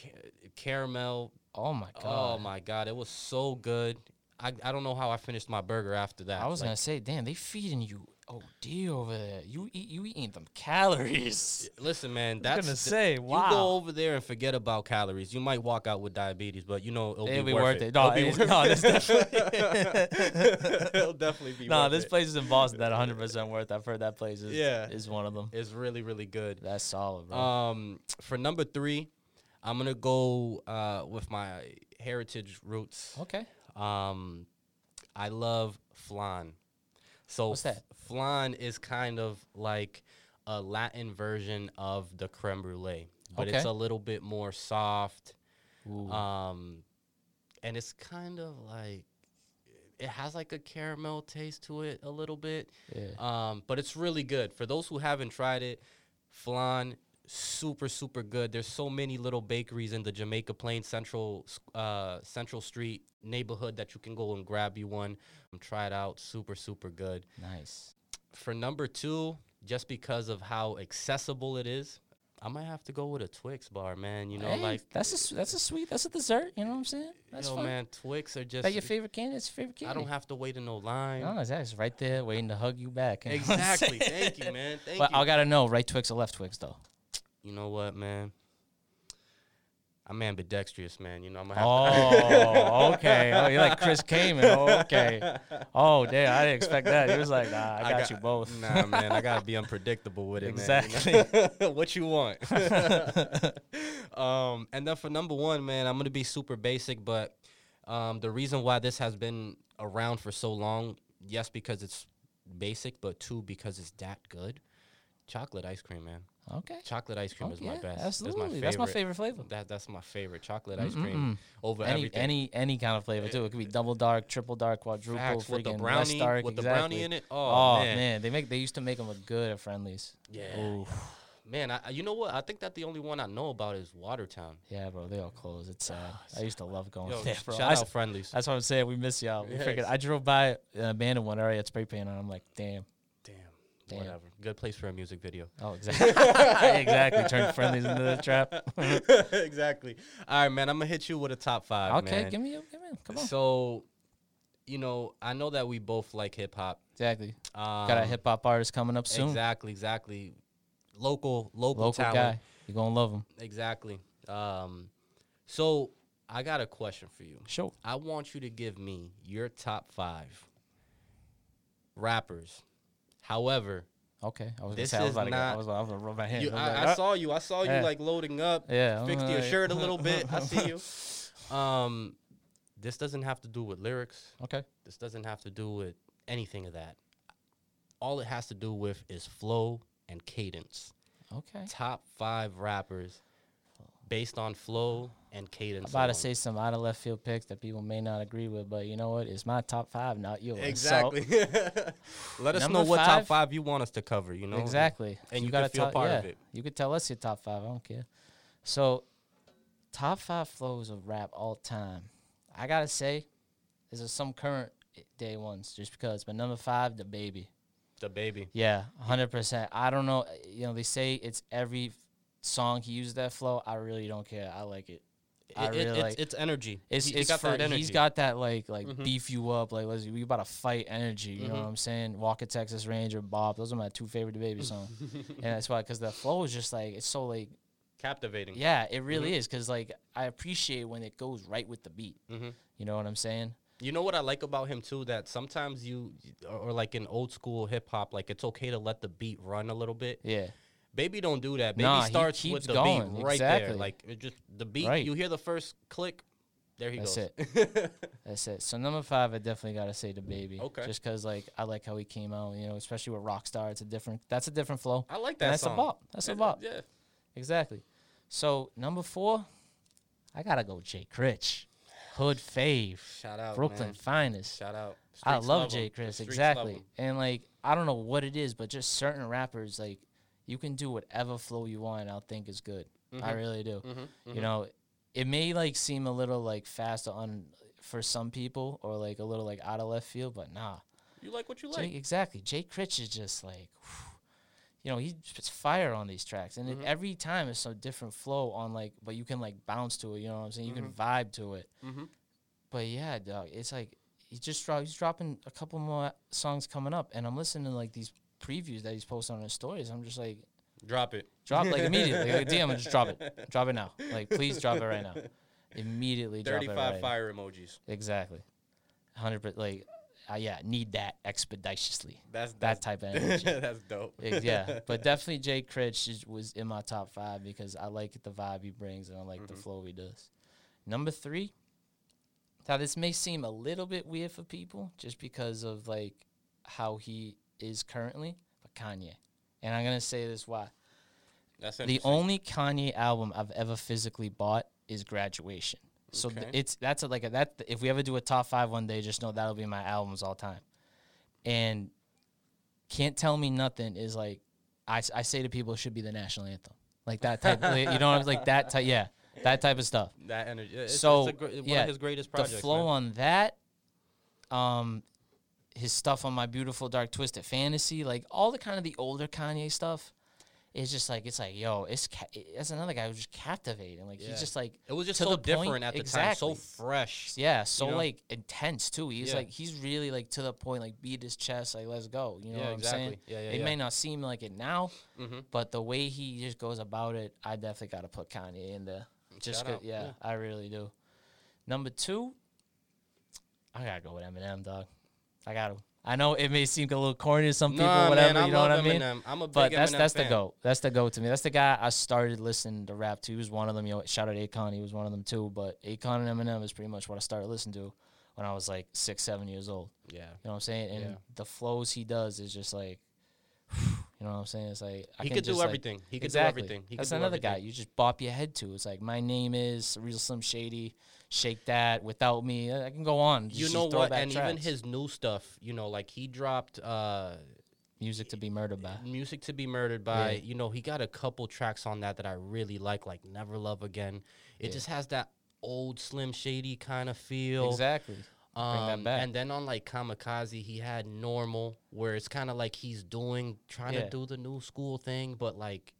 Ca- caramel. Oh my Oh god. my god, it was so good. I, I don't know how I finished my burger after that. I was Like, gonna say, damn, they feeding you OD over there. You eat, you eating them calories. Listen, man, I that's was gonna the- say, You wow. go over there and forget about calories. You might walk out with diabetes, but you know it'll, It'll be, worth it. No, it'll it's- no, that's definitely, it'll definitely be. No, worth this it. place is in Boston that 100 percent worth. I've heard that place is Yeah. is one of them. is really really good. Uh, That's solid, bro. Um, for number three, I'm gonna go uh, with my heritage roots. Okay. Um, I love flan. So What's that? f- Flan is kind of like a Latin version of the creme brulee, but it's Okay. a little bit more soft. Ooh. Um, and it's kind of like it has like a caramel taste to it a little bit. Yeah. Um, but it's really good. For those who haven't tried it, flan super super good. There's so many little bakeries in the Jamaica Plain Central s- uh, Central Street neighborhood that you can go and grab you one and try it out. Super super good. nice. For number two, just because of how accessible it is, I might have to go with a Twix bar, man. You know, Hey, like that's a s- that's a sweet that's a dessert. You know what I'm saying? That's yo, fun. man, Twix are just That your favorite candy? That's your favorite candy. I don't have to wait in no line. No, exactly. It's right there waiting to hug you back. you know what I'm Exactly. saying? Thank you, man. Thank But you. I gotta know right Twix or left Twix though. you know what, man? I'm ambidextrous, man. You know, I'm gonna have Oh, okay. Oh, you're like Chris Kamen. Oh, okay. Oh, damn. I didn't expect that. He was like, nah, I to. got, you both. Nah, man. I gotta be unpredictable with it, exactly. man. Exactly. what you want. um, and then for number one, man, I'm gonna be super basic, but um, the reason why this has been around for so long, yes, because it's basic, but two, because it's that good. Chocolate ice cream, man. okay. Chocolate ice cream Oh, is my yeah, best. absolutely. That's my favorite flavor. That that's my favorite chocolate ice cream over Any everything. any any kind of flavor too. It could be double dark, triple dark, quadruple, Facts, with the freaking brownie- West dark, with the exactly. brownie in it? Oh, man. They make they used to make them look good at friendlies. Yeah. Ooh. Man, I, I- you know what? I think that the only one I know about is Watertown. Yeah, bro. They all closed. It's sad. I used to love going Yo, there, bro. shout I s- out friendlies. That's what I'm saying. We miss y'all. We Yeah, freaking, it's- I drove by an abandoned one already had spray paint on. it. I'm like, damn. Damn, Damn. Whatever. Good place for a music video. Oh, exactly. exactly. Turn friendlies into the trap. exactly. All right, man. I'm gonna hit you with a top five. Okay, man. give me, a, give me, a- come on. So, you know, I know that we both like hip hop. exactly. Um, Got a hip hop artist coming up soon. Exactly. Exactly. Local, local, Local talent. guy. You're gonna love him. Exactly. Um, so I got a question for you. Sure. I want you to give me your top five rappers. However, Okay. I was gonna This say I was is about to go. I not- was, I was gonna rub my hand. you, I was I, like, I "Ah." saw you. I saw you Yeah. like loloading up. Yeah, I'm fixed your like- shirt a little bit. I see you. Um, this doesn't have to do with lyrics. Okay. This doesn't have to do with anything of that. All it has to do with is flow and cadence. Okay. Top five rappers based on flow and cadence. I'm about to alone. say some out of left field picks that people may not agree with, but you know what? It's my top five, not yours. So- Exactly. Let us Number know what top five? five you want us to cover. You know Exactly. And you can feel tell- part of yeah, it. You could tell us your top five. I don't care. So, top five flows of rap all time. I gotta say, this is some current i- day ones just because. But number five, the baby. The baby. Yeah, hundred percent. I don't know. uh, You know, they say it's every f- song he uses that flow. I really don't care. I like it. I It- it- really it's, like. it's energy. It's, He- he it's got for, that energy. Mm-hmm. he's got that like like beef you up like let's we about to fight energy you know what I'm saying Walker Texas Ranger Bob those are my two favorite baby songs and that's why because the flow is just like it's so like captivating. yeah it really Mm-hmm. is because like I appreciate when it goes right with the beat Mm-hmm. you know what I'm saying You know what I like about him too? That sometimes you, or or like in old school hip hop, like it's okay to let the beat run a little bit. yeah Baby don't do that. Baby Nah, he starts with keeps the going. beat right there. Exactly. Like it just the beat. Right. You hear the first click. There he That's goes. that's it so number five I definitely gotta say the baby Okay. just because like I like how he came out you know especially with Rockstar it's a different that's a different flow I like And that that's song. uh, a bop that's a bop Yeah. Exactly. So number four, I gotta go Jay Critch. Hood fave. Shout out, Brooklyn man. finest. Shout out. I Streets love him. Jay The Critch, streets love exactly. him. And like I don't know what it is, but just certain rappers like you can do whatever flow you want and I'll think is good. Mm-hmm. I really do. You know, it may like seem a little like fast on for some people or like a little like out of left field, but nah. You like what you Jay- like. exactly. Jay Critch is just like, whew, you know, he puts fire on these tracks, and it, every time it's a different flow on like, but you can like bounce to it. You know what I'm saying? You can vibe to it. But yeah, dog, it's like he just dro- he's dropping a couple more songs coming up, and I'm listening to like these previews that he's posting on his stories. I'm just like, Drop it. drop like immediately, like DM, just drop it, drop it now, like please drop it right now, immediately. drop it Thirty-five right now. fire emojis. Exactly. 100 like uh, yeah, need that expeditiously. That's, that that's type of energy. that's dope. Eh, yeah, but definitely Jay Critch is, was in my top five because I like the vibe he brings and I like Mm-hmm. the flow he does. Number three. Now this may seem a little bit weird for people just because of like how he is currently, but Kanye. And I'm gonna say this why. That's The interesting. only Kanye album I've ever physically bought is Graduation. So th- Okay. it's that's a, like a, that. If we ever do a top five one day, just know that'll be my albums all time. And can't tell me nothing is like I, s- I say to people it should be the national anthem, like that type. like, you know, like that type. Yeah, that type of stuff. that energy. It's, it's so a gr- one yeah, of his greatest projects. The flow man. on that, um, his stuff on my beautiful dark twisted fantasy, like all the kind of the older Kanye stuff. It's just like it's like yo, it's ca- that's another guy who's just captivating. Like Yeah. he's just like it was just to so the point- different at the exactly. time, so fresh. yeah, so know? like intense too. He's Yeah. like he's really like to the point, like beat his chest, like let's go. You know Yeah, what I'm saying? exactly. Yeah, yeah, it yeah. Mm-hmm. may not seem like it now, but the way he just goes about it, I definitely got to put Kanye in there. Mm, Just Shout 'cause- out, yeah, yeah. I really do. Number two, I gotta go with Eminem, dog. I got to. I know it may seem a little corny to some people, Nah, man, whatever. I you know love what I mean? Eminem. I'm a but big that's Eminem that's the fan. go. That's the go to me. That's the guy I started listening to rap to. He was one of them. You know, shout out Akon. He was one of them too. But Akon and Eminem is pretty much what I started listening to when I was like six, seven years old. You Yeah. know what I'm saying? And Yeah. the flows he does is just like, you know what I'm saying? It's like I He can could do just, like- everything. He could do exactly. everything. He could that's do another guy everything. you just bop your head to. It's like my name is Real Slim Shady. Shake that without me. I I can go on. Just You these know what? throwback And even tracks. his new stuff, you know, like he dropped uh, music to be murdered by. Music to Be Murdered by, Yeah. you know, he got a couple tracks on that that I really like, like Never Love Again. It just has that old Slim Shady kind of feel. Exactly. Bring that Um, back. And then on like Kamikaze, he had Normal, where it's kind of like he's doing, trying Yeah. to do the new school thing, but like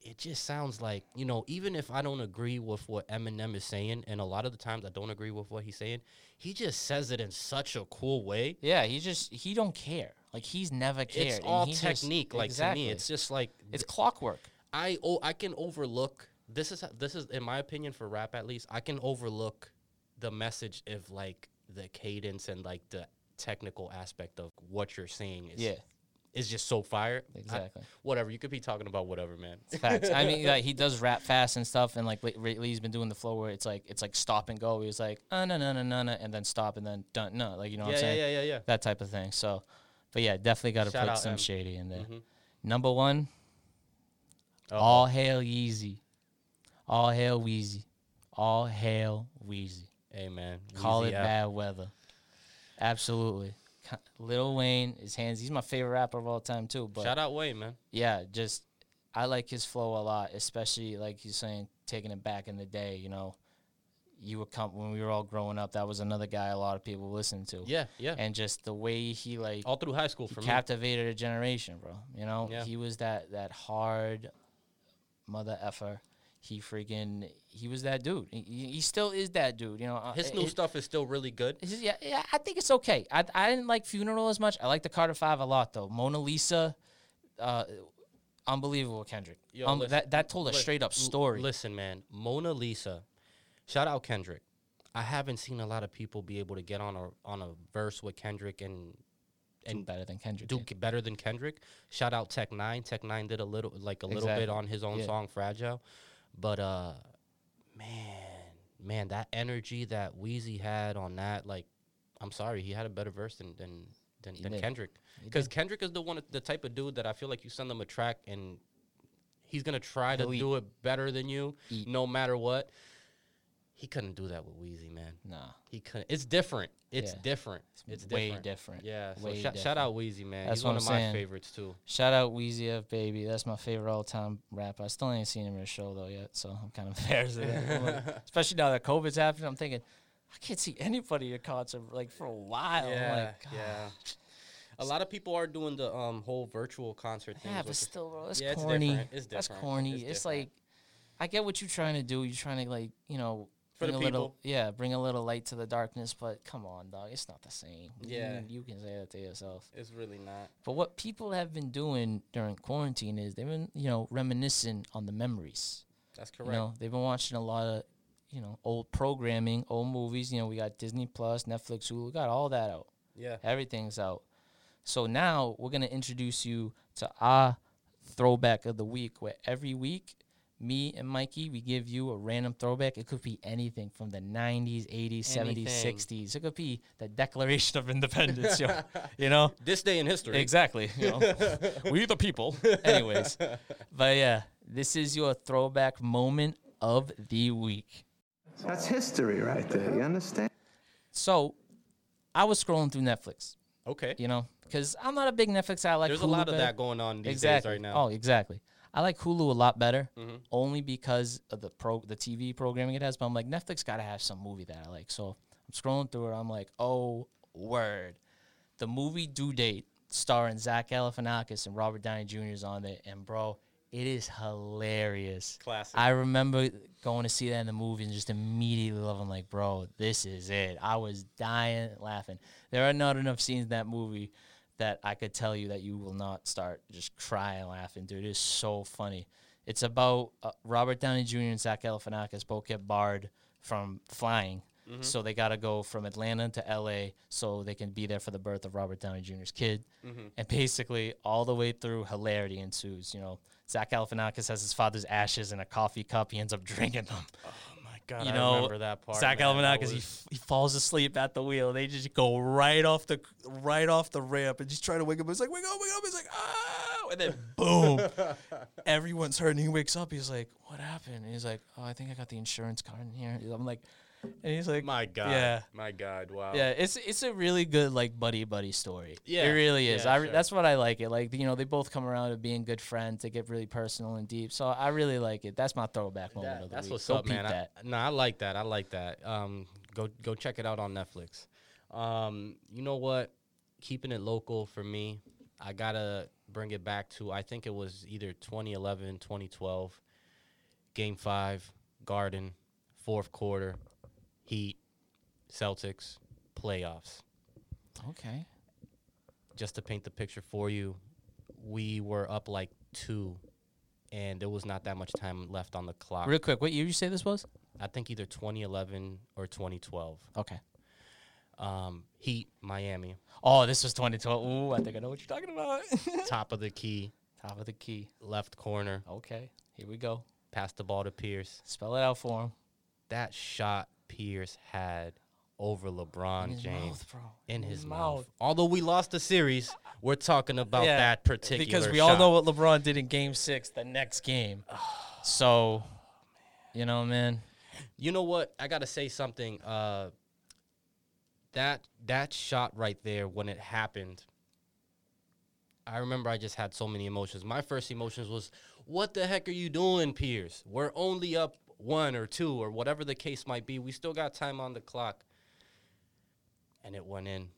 it just sounds like, you know, even if I don't agree with what Eminem is saying, and a lot of the times I don't agree with what he's saying, he just says it in such a cool way. Yeah, he just he don't care. Like he's never cared. It's and all he just- technique, like exactly. to me, it's just like it's clockwork. I oh I can overlook this is this is in my opinion for rap at least I can overlook the message if like the cadence and like the technical aspect of what you're saying is Yeah. is just so fire I- Exactly. whatever you could be talking about whatever man Facts. I mean, like he does rap fast and stuff, and like late- lately he's been doing the flow where it's like it's like stop and go. He was like uh, no no no no no, and then stop and then dun no, like you know what Yeah, yeah, I'm saying? yeah, yeah, yeah. That type of thing. So, but yeah, definitely got to Shout put out, Mm-hmm. some Em. shady in there. Number one, Uh-huh. all hail Yeezy, all hail Weezy, all hail Weezy. hey man Call Weezy it out. bad weather. Absolutely. Ca- Lil Wayne is hands. He's my favorite rapper of all time too. But shout out Wayne man yeah, just I like his flow a lot, especially like you're saying, taking it back in the day. You know, you were come when we were all growing up. That was another guy a lot of people listened to. yeah yeah And just the way he like all through high school for he me captivated a generation, bro. You know, Yeah. he was that that hard mother effer. He freaking he was that dude. He- He, he still is that dude. You know, Uh, his it- new it- stuff is still really good it's just- yeah, yeah, I think it's okay. I I didn't like Funeral as much. I like the Carter Five a lot though. Mona Lisa, uh, unbelievable Kendrick. Yo, um, listen, that that told a li- straight up l- story. Listen, man, Mona Lisa. Shout out Kendrick. I haven't seen a lot of people be able to get on a on a verse with Kendrick and and better than Kendrick. do did. k- better than Kendrick. Shout out Tech Nine. Tech Nine did a little like a little Exactly. bit on his own Yeah. song Fragile. But uh man, man, that energy that Wheezy had on that, like I'm sorry, he had a better verse than than than, than did. Kendrick. Because Kendrick is the one the type of dude that I feel like you send them a track and he's gonna try to He'll eat. do it better than you, Eat. no matter what. He couldn't do that with Wheezy, man. Nah, He couldn't. It's different. It's Yeah. different. It's way different. different. Yeah. So Way shout- shout different. out Wheezy, man. That's He's what one I'm of my saying. favorites too. Shout out Wheezy F Baby. That's my favorite all time rapper. I still ain't seen him in a show though yet, so I'm kind of embarrassed. Of that. I'm like- especially now that COVID's happening, I'm thinking I can't see anybody at a concert like for a while. I'm like, God. A lot of people are doing the um whole virtual concert thing. Yeah, but still, bro, that's Yeah, it's corny. different. It's That's different. corny. It's, It's like, different. I get what you're trying to do. You're trying to like, you know, For the bring a little, people. yeah, bring a little light to the darkness. But come on, dog, it's not the same. You Yeah. can- you, can say that to yourself. it's really not. But what people have been doing during quarantine is they've been, you know, reminiscing on the memories. That's You know, they've been watching a lot of, you know, old programming, old movies. You know, we got Disney Plus, Netflix, Hulu, got all that out. Yeah. Everything's out. So now we're gonna introduce you to our throwback of the week, where every week me and Mikey we give you a random throwback. It could be anything from the '90s, '80s, Anything. '70s, '60s. It could be the Declaration of Independence. yo, you know, This day in history. Exactly. You know, we the people. Anyways, but yeah, this is your throwback moment of the week. That's history right there. You understand? So, I was scrolling through Netflix, Okay. you know, because I'm not a big Netflix guy. I like There's a Hulu lot of better. that going on these exactly. days right now. Mm-hmm. Oh, exactly. I like Hulu a lot better, only because of the pro the TV programming it has. But I'm like Netflix got to have some movie that I like. So I'm scrolling through it. I'm like, oh word, the movie Due Date starring Zach Galifianakis and Robert Downey Jr. is on it, and bro, it is hilarious. Classic. I remember going to see that in the movie and just immediately loving like, bro, this is it. I was dying laughing. There are not enough scenes in that movie that I could tell you that you will not start just crying laughing, dude. It is so funny. It's about uh, Robert Downey Jr. and Zach Galifianakis both get barred from flying. So they got to go from Atlanta to LA so they can be there for the birth of Robert Downey Jr.'s kid. And basically, all the way through, hilarity ensues. You know, Zach Galifianakis has his father's ashes in a coffee cup. He ends up drinking them. my God, you know, I remember that part. Zach man. That Galifianakis, he, was- f- he falls asleep at the wheel. They just go right off the right off the ramp and just try to wake up. It's like wake up, wake up. It's like ah, and then boom, everyone's hurt. And he wakes up. He's like, what happened? And he's like, oh, I think I got the insurance card in here. I'm like, and he's like, my God. yeah. My God. Wow. Yeah, it's it's a really good like buddy buddy story. Yeah, it really is. yeah, I re- sure. that's what I like it. Like you know, they both come around to being good friends. They get really personal and deep. So I really like it. That's my throwback moment That- of the that's week. what's Go up, peep man. That. I, no, I like that. I like that. Um, go go check it out on Netflix. Um, you know what? Keeping it local for me, I gotta bring it back to. I think it was either 2011, 2012, Game Five, Garden, fourth quarter, Heat, Celtics, playoffs okay. just to paint the picture for you, we were up like two, and there was not that much time left on the clock. Real quick, what year you say this was? I think either 2011 or 2012. Okay. Um, Heat, Miami, Oh, this was 2012. Ooh, I think I know what you're talking about. top of the key, Top of the key. left corner, Okay, here we go. pass the ball to Pierce. Spell it out for him. That shot Pierce had over LeBron James bro. in his mouth. Although we lost the series, we're talking about Yeah, that particular because we all shot. Oh, know what LeBron did in Game Six, the next game. So, you know, man. You know what? I gotta say something. Uh, that that shot right there when it happened. I remember I just had so many emotions. My first emotions was, "What the heck are you doing, Pierce? We're only up one or two or whatever the case might be. We still got time on the clock." And it went in.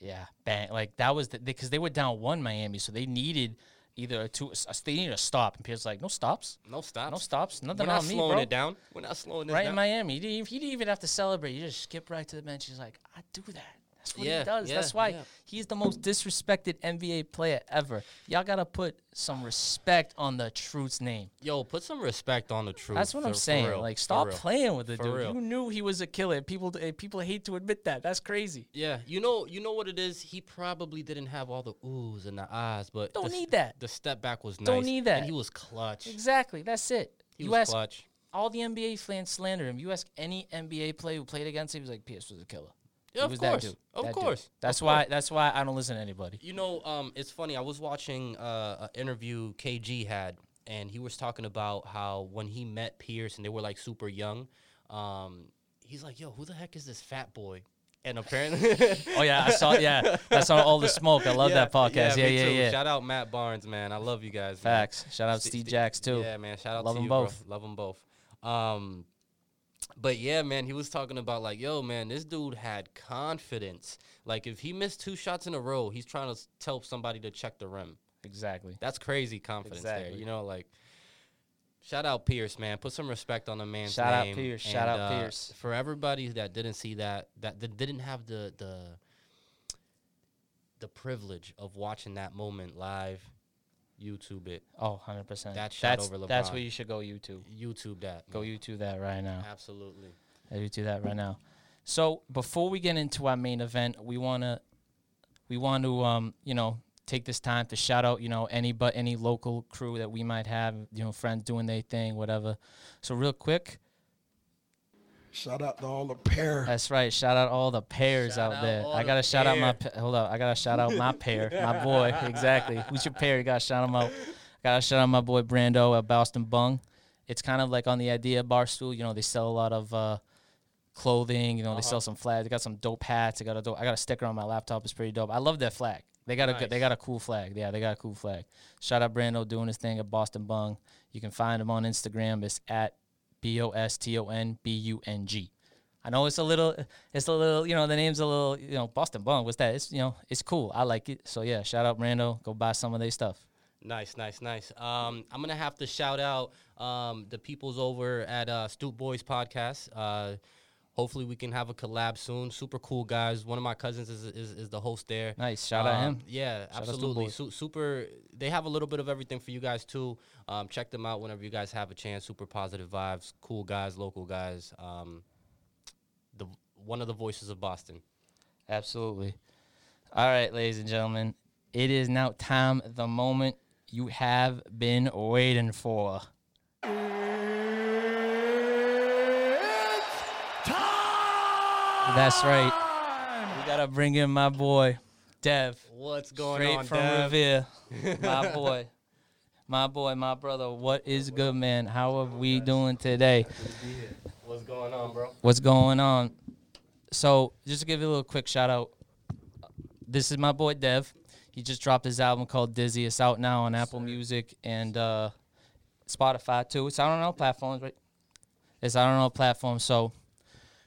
yeah, bang. Like that was the because they were down one Miami, so they needed either a two. A, they needed a stop, and Pierce was like, no stops, No stops. no stops, We're nothing not on me, slowing bro. it down. We're not slowing it Right in down. Miami, he didn't, even, he didn't even have to celebrate. He just skipped right to the bench. He's like, I do that. That's what Yeah, he does. yeah, That's why yeah. he's the most disrespected NBA player ever. Y'all gotta put some respect on the truth's name. Yo, put some respect on the truth. That's what I'm for- for saying. real, like, for stop real. playing with the For dude. real. You knew he was a killer. People, eh, people hate to admit that. That's crazy. Yeah, you know, you know what it is. He probably didn't have all the oohs and the ahs, but Don't the s- need that. The step back was nice. Don't need that. And he was clutch. Exactly. That's it. He you was ask clutch. all the NBA fans slander him. You ask any NBA player who played against him, he was like, Pierce was a killer. He Yeah, of was course. That dude. Of That dude. course. That's Of why. course. That's why I don't listen to anybody. You know, um, it's funny. I was watching uh, an interview KG had, and he was talking about how when he met Pierce and they were like super young, um, he's like, "Yo, who the heck is this fat boy?" And apparently, Oh yeah, I saw. Yeah, that's on all the smoke. I love that podcast. Yeah, me yeah, too. yeah. Shout out Matt Barnes, man. I love you guys. man. Facts. Shout out Ste- Steve Ste- Jacks too. Yeah, man. Shout out Love to 'em you, bro. both. Love them both. Um, but yeah, man, he was talking about like, yo, man, this dude had confidence. Like, if he missed two shots in a row, he's trying to s- tell somebody to check the rim. Exactly. That's crazy confidence there. Exactly. You know, like. Shout out Pierce, man. Put some respect on the man's Shout out name. Pierce. Shout out uh, Pierce. For everybody that didn't see that, that, that didn't have the the the privilege of watching that moment live, YouTube it. Oh, 100 percent. That shot that's, over That's LeBron. where you should go. YouTube. YouTube that. Go man. YouTube that right now. Absolutely. I do do that right now. So before we get into our main event, we want to we want to, um, you know, take this time to shout out, you know, any but any local crew that we might have, you know, friends doing their thing, whatever. So real quick, Shout out to all the pair. that's right. Shout out all the pairs Shout out out there. all I the gotta shout out my pair. pa- hold up. I gotta shout out my pair, my boy. Exactly. Who's your pair? You gotta shout him out. Gotta shout out my boy Brando at Boston Bung. It's kind of like on the idea barstool. You know, they sell a lot of uh, clothing. You know, they sell some flags. They got some dope hats. They got a dope. I got a sticker on my laptop. It's pretty dope. I love that flag. They got a good- they got a cool flag. Yeah, they got a cool flag. Shout out Brando doing his thing at Boston Bung. You can find him on Instagram. It's at B O S T O N B U N G. I know it's a little, it's a little, you know, the name's a little, you know, Boston Bung. What's that? It's you know, it's cool. I like it. So yeah, shout out Brando. Go buy some of their stuff. Nice, nice, nice. Um, I'm gonna have to shout out um, the peoples over at uh, Stoop Boys Podcast. Uh, hopefully, we can have a collab soon. Super cool guys. One of my cousins is is, is the host there. Um, Nice. Shout out him. Yeah, out Stoop absolutely. Boys. Su- super. They have a little bit of everything for you guys too. Um, check them out whenever you guys have a chance. Super positive vibes. Cool guys. Local guys. Um, the one of the voices of Boston. Absolutely. All right, ladies and gentlemen, it is now time, the moment you have been waiting for. That's right. We gotta bring in my boy, Dev. What's going straight on, from Dev? Revere. my boy. My boy, my brother, what is good, man? How are we doing today? What's going on, bro? What's going on? So, just to give you a little quick shout out, this is my boy Dev. He just dropped his album called Dizzy. It's out now on Apple Music and uh, Spotify too. It's out on all platforms, right? It's out on all platforms. So,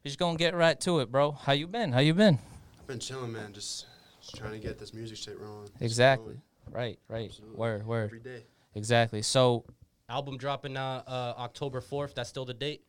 we're just gonna get right to it, bro. How you been? How you been? I've been chilling, man. Just, just trying to get this music shit rolling. Just Exactly. rolling Right. Right. Word. Word. Every day. Exactly. So Album dropping uh, uh, October 4th. That's still the date.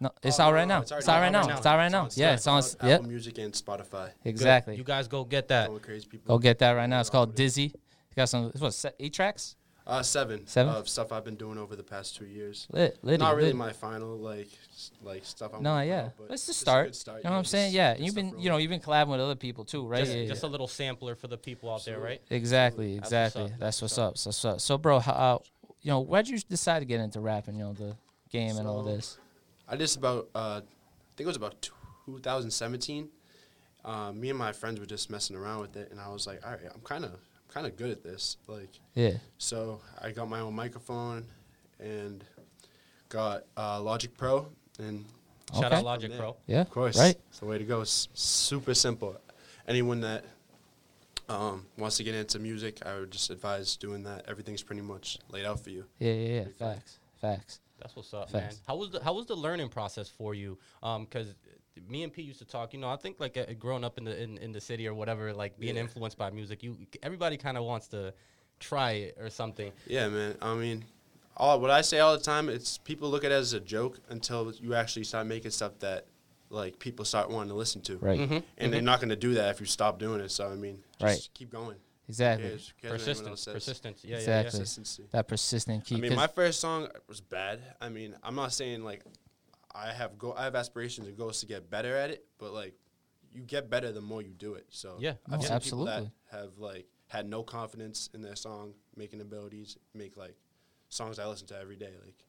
No, it's out right Oh, no, now. it's It's already out right now. It's out right now. Yeah, it's on. s- Apple Yep, Music and Spotify. Good. exactly. You guys go get that. All the crazy people. Go get that right now. It's Yeah, called already. Dizzy. It's got some. It's what se- eight tracks. Uh, seven. Seven? Of stuff I've been doing over the past two years. Lit, litty, Not really lit. my final, like, s- like stuff I'm. No, working yeah. on, but Let's just a start. good You know what I'm just saying? Yeah, get and you've stuff been, you rolling. know, you've been collabing with other people too, right? Just, Yeah, yeah, just yeah. a little sampler for the people out there, right? Exactly, That's what's exactly. up, That's what's up. That's what's up. So, bro, how, uh, you know, why'd you decide to get into rapping? You know, the game and all So- this. I just about, uh, I think it was about 2017. Uh, me and my friends were just messing around with it, and I was like, all right, I'm kind of, I'm kind of good at this. Like, Yeah. So I got my own microphone and got uh, Logic Pro, and Shout Okay. out Logic Pro. Yeah. of course, Right. it's the way to go. It's super simple. Anyone that um, wants to get into music, I would just advise doing that. Everything's pretty much laid out for you. Yeah, yeah, yeah. Pretty cool. Facts. Facts. That's what's up, man. Facts. How was the How was the learning process for you? Um, because me and P used to talk. You know, I think like uh, growing up in the in, in the city or whatever, like being influenced by music, you everybody kind of wants to try it or something. Yeah, man. I mean, all what I say all the time, it's people look at it as a joke until you actually start making stuff that like people start wanting to listen to. Right. Mm-hmm. Mm-hmm. And they're not going to do that if you stop doing it. So I mean, just Right. keep going. Exactly. Who cares? Who cares what anyone Persistence, else says? persistence. Yeah, exactly. yeah, Consistency. That persistent key. I 'cause- mean, my first song was bad. I mean, I'm not saying like I have go I have aspirations and goals to get better at it, but like you get better the more you do it. So Yeah. I've No, seen people absolutely. that have like had no confidence in their song making abilities, make like songs I listen to every day. Like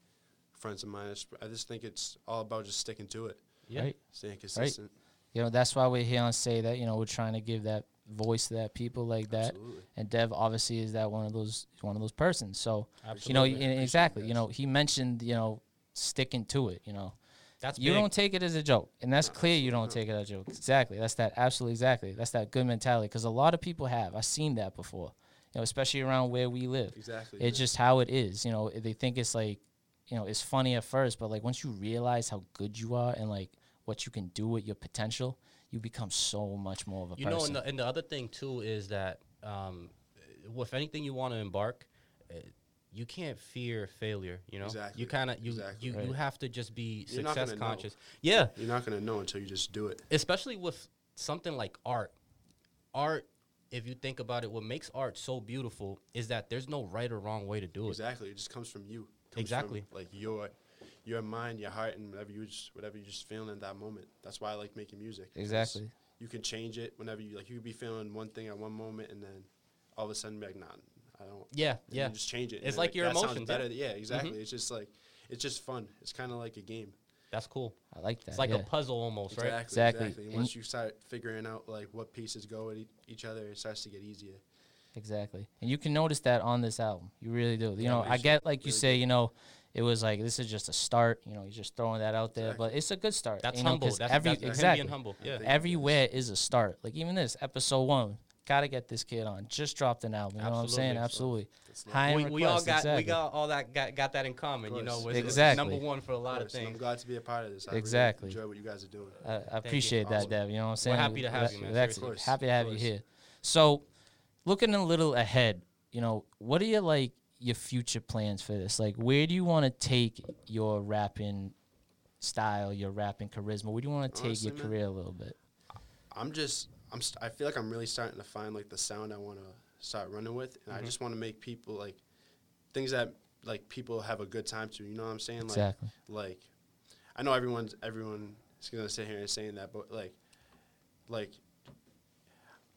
friends of mine, I just- I just think it's all about just sticking to it, yeah. Right. staying consistent. You know, that's why we're here on say that, you know, we're trying to give that voice to that people like that. Absolutely. And Dev obviously is that one of those one of those persons. So you know, and exactly. You know, he mentioned, you know, sticking to it, you know. That's you big. don't take it as a joke. And that's clear you don't take it as a joke. Exactly. That's that absolutely exactly. That's that good mentality. Because a lot of people have. I've seen that before. You know, especially around where we live. Exactly, It's yeah. just how it is. You know, they think it's like, you know, it's funny at first, but like once you realize how good you are and like what you can do with your potential, you become so much more of a you person. know and the, and the other thing too is that um, uh, if anything you want to embark uh, you can't fear failure you know Exactly. you kind of you Exactly. you, you have to just be You're not success gonna know. conscious yeah You're not gonna know until you just do it. especially with something like art art if you think about it what makes art so beautiful is that there's no right or wrong way to do it Exactly. It just comes from you. Comes from, Exactly. like your your mind, your heart, and whatever you just whatever you're just feeling in that moment. That's why I like making music. 'cause Exactly. you can change it whenever you like. You could be feeling one thing at one moment, and then all of a sudden, be like, nah, I don't. Yeah, and yeah. You just change it. and It's you're like your "That sounds emotions, yeah." Mm-hmm. Better. Yeah, exactly. It's just like it's just fun. It's kind of like a game. That's cool. I like that. It's like yeah. a puzzle almost, Exactly. right? Exactly. Exactly. And- Once you start figuring out like what pieces go at e- each other, it starts to get easier. Exactly. And you can notice that on this album. You really do. You know, I makes it get like you really say, you know, it was like this is just a start, you know, you're just throwing that out there, but it's a good start. That's you know, humble. 'cause That's- every, that's him being exactly. humble. Yeah. Thank you, Everywhere is a start. Like even this episode 1, got to get this kid on. Just dropped an album, you know what I'm saying? Absolutely. Absolutely. High We, end we all request, got exactly. we got all that got, got that in common, you know. course. was- was Exactly. number one for a lot of Yes, and I'm things. glad to be a part of this. I really Exactly. enjoy what you guys are doing. I, I appreciate that, Awesome. Dev. You know what I'm saying? happy to have That's- you, man. that's- Seriously. Of course, happy to have you here. So, looking a little ahead, you know, what are your like your future plans for this? Like, where do you want to take your rapping style, your rapping charisma? Where do you want to take Honestly, your man. career a little bit? I'm just I'm st- I feel like I'm really starting to find like the sound I want to start running with, and Mm-hmm. I just want to make people like things that like people have a good time to. You know what I'm saying? Like, Exactly. Like I know everyone's everyone is gonna sit here and saying that, but like like.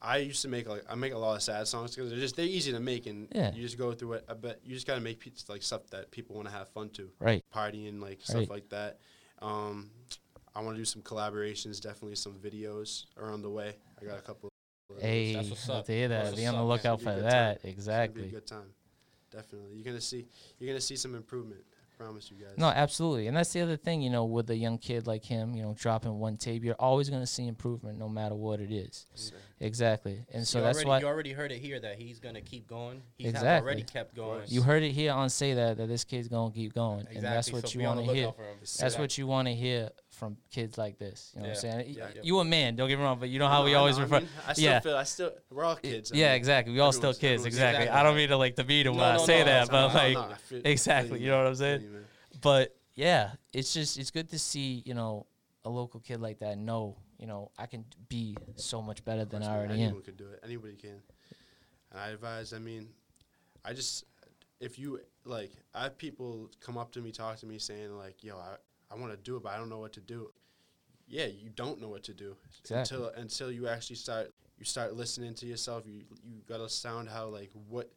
I used to make like I make a lot of sad songs because they're just they're easy to make and Yeah. you just go through it. uh, But you just gotta make pe- like stuff that people want to have fun to, Right. Partying like stuff Right. like that. Um, I want to do some collaborations, definitely some videos are on the way. I got a couple. Of those. Hey, that's what's love up. to hear That's that. Be what's on the up, man. lookout It's gonna for be a good time. that. It's gonna be a Exactly. good time. Definitely, you're gonna see you're gonna see some improvement. I promise you guys. No, absolutely. And that's the other thing, you know, with a young kid like him, you know, dropping one tape, you're always going to see improvement no matter what it is. Exactly. And so you that's already, why you already heard it here that he's gonna keep going. He has Exactly. already kept going. You heard it here on say that that this kid's gonna keep going, and that's Exactly, what so you be on want the to hear. lookout for him. That's what you want to hear from kids like this. You know what I'm Yeah. saying? Yeah, yeah. You a man, don't get me wrong, but you know how No, we I know, always I refer. mean, I still yeah, feel I still we're all kids. I yeah, mean, exactly. We all still everyone's- kids, everyone's- exactly. I don't mean to like demean him when No, I no, say no, that, no, but no, like no, I feel- I feel exactly. you, You know what I'm feel you, saying? man. But yeah, it's just it's good to see you know a local kid like that know you know I can be so much better than I Trust me, already anyone am. could do it. Anybody can. And I advise. I mean, I just if you like, I have people come up to me, talk to me, saying like, "Yo, I, I want to do it, but I don't know what to do." Yeah, you don't know what to do Exactly. until until you actually start you start listening to yourself. You you gotta sound how like what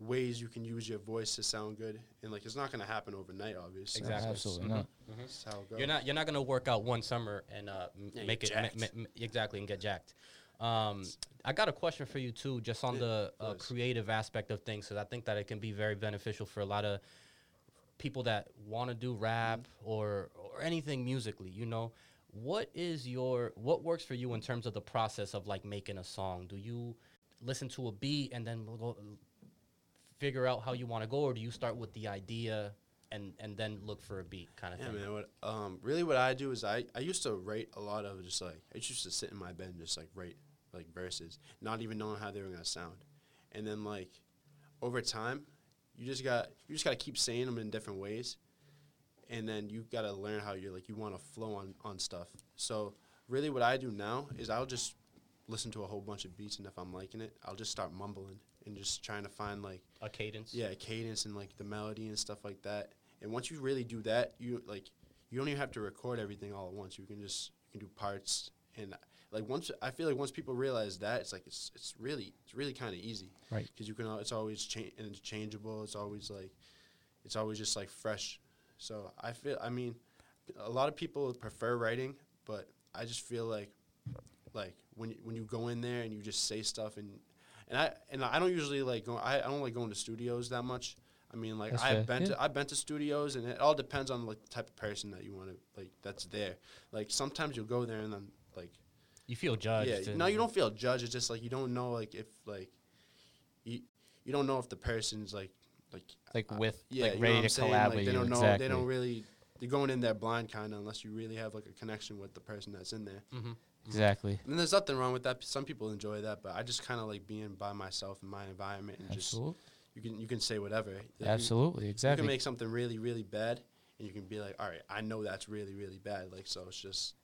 ways you can use your voice to sound good, and like it's not gonna happen overnight, obviously. Exactly. Absolutely Mm-hmm. not. That's how it goes. You're not you're not gonna work out one summer and uh, m- Yeah, make get it ma- jacked. ma- ma- exactly and get jacked. Um, I got a question for you too, just on the uh, creative aspect of things, because I think that it can be very beneficial for a lot of people that want to do rap Mm-hmm. or or anything musically. You know, what is your what works for you in terms of the process of like making a song? Do you listen to a beat and then we'll go figure out how you want to go, or do you start with the idea? And, and then look for a beat kind of Yeah, thing. man. What, um, really, what I do is I, I used to write a lot of just like I used to sit in my bed and just like write like verses, not even knowing how they were gonna sound, and then like over time, you just got you just gotta keep saying them in different ways, and then you gotta learn how you're like you want to flow on on stuff. So really, what I do now is I'll just listen to a whole bunch of beats, and if I'm liking it, I'll just start mumbling and just trying to find like a cadence. yeah cadence and like the melody and stuff like that and once you really do that you like you don't even have to record everything all at once you can just you can do parts and like once i feel like once people realize that it's like it's it's really it's really kind of easy Right. because you can al- it's always change and it's changeable it's always like it's always just like fresh so i feel i mean a lot of people prefer writing but i just feel like like when you- when you go in there and you just say stuff and and I and I don't usually like go I, I don't like going to studios that much. I mean like That's I've fair, been yeah. to I've been to studios and it all depends on like the type of person that you want to like that's there. Like sometimes you'll go there and then like You feel judged. yeah, and- no you don't feel judged. It's just like you don't know like if like you you don't know if the person's like like Like with yeah, like you know ready what I'm to collab saying? like, with they you. don't know exactly. they don't really they're going in there blind kind of unless you really have like a connection with the person that's in there. exactly. And there's nothing wrong with that. Some people enjoy that, but I just kind of like being by myself in my environment and Absolutely. just you can you can say whatever. Like, you- Absolutely. You, Exactly. can make something really really bad, and you can be like, all right, I know that's really really bad. Like so, it's just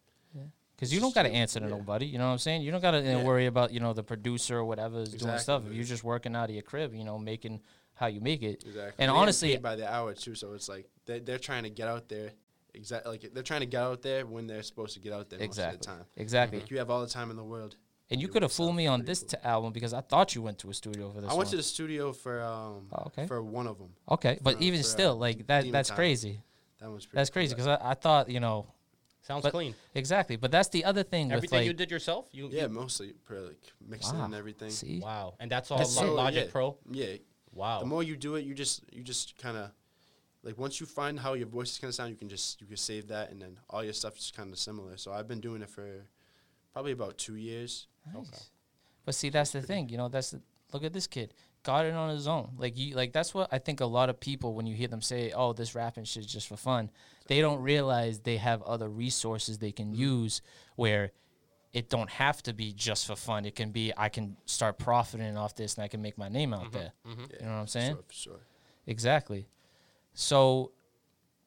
Because you don't Just got to do- answer to yeah. nobody. You know what I'm saying? You don't got to Yeah. worry about, you know, the producer or whatever is doing Exactly, stuff. If dude. you're just working out of your crib, you know, making how you make it. exactly. And they get honestly, paid by the hour too, so it's like they they're trying to get out there Exactly. Like they're trying to get out there when they're supposed to get out there Exactly. most of the time. Exactly. Like you have all the time in the world. And you It could have works fooled out me on pretty this cool. t- album because I thought you went to a studio for this. I one. went to the studio for um Oh, okay. for one of them. Okay, but for- even for, uh, still, like that Demon that's Time. crazy. That one's pretty That's cool. crazy because I, I thought you know Sounds but- clean. exactly, but that's the other thing with Everything like you did yourself. You yeah, you- mostly probably like mixing wow, and everything. See, Wow. And that's all That's Lo- so- Oh, Logic yeah, Pro. Yeah. Wow. The more you do it, you just you just kind of like once you find how your voice is gonna sound, you can just you can save that, and then all your stuff is kind of similar. So I've been doing it for probably about two years. Nice. But see, that's the thing, you know. That's the, look at this kid, got it on his own. Like you, like that's what I think a lot of people when you hear them say, "Oh, this rapping shit's just for fun," they don't realize they have other resources they can use where it don't have to be just for fun. It can be I can start profiting off this and I can make my name out there. You know what I'm saying? Sure, for sure. Exactly. So,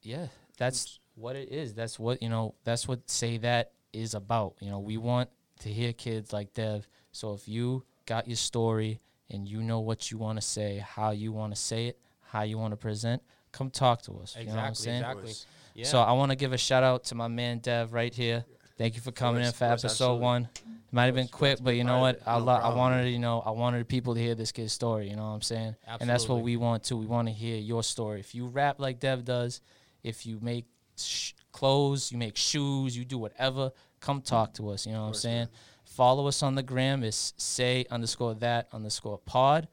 yeah, that's what it is. That's what you know. That's what say that is about. You know, we want to hear kids like Dev. So if you got your story and you know what you want to say, how you want to say it, how you want to present, come talk to us. you know what I'm Exactly. saying? Exactly. Yeah. So I want to give a shout out to my man Dev right here. Thank you for coming in course, for of course, episode absolutely. one. It might have been quick, but you know what? private, I no lo- I problem. wanted to, you know I wanted people to hear this kid's story. You know what I'm saying? And that's what Absolutely. we want too. We want to hear your story. If you rap like Dev does, if you make sh- clothes, you make shoes, you do whatever, come talk to us. You know what I'm saying? Follow us on the gram. It's say underscore that underscore pod.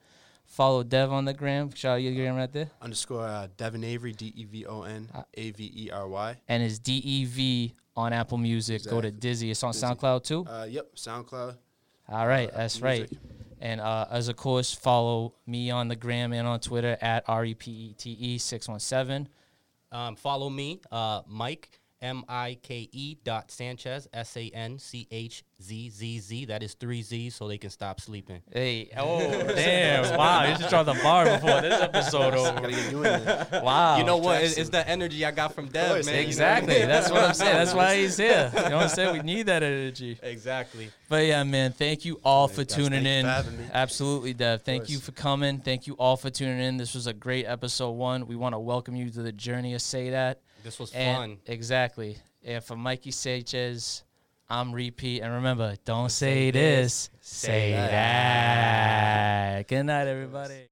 Follow Dev on the gram. Shout out your gram right there. Underscore uh, Devin Avery D E V O N A V E R Y. and it's D E V on Apple Music. Go to Exactly. Dizzy. It's on SoundCloud too. Uh, yep, SoundCloud. All right, Apple that's right. Music. And uh, as of course, follow me on the gram and on Twitter at R E P E T E six one seven. Um, follow me, uh, Mike M I K E dot Sanchez S A N C H Z Z Z. That is three Z's, so they can stop sleeping. Hey, oh damn! Wow, you just dropped the bar before this episode over. Gotta get doing it. Wow, you know what? It's, it's that energy I got from Dev, man. Exactly. That's what I'm saying. That's why he's here. You know what I'm saying? We need that energy. Exactly. But yeah, man, thank you all for guys, tuning thank you in. for having me. Absolutely, Dev. Thank you course. for coming. Thank you all for tuning in. This was a great episode one. We want to welcome you to the journey of Say That. This was And- fun. Exactly. And for Mikey Sanchez, I'm Repeat. And remember, don't say this, say that. Good night, everybody.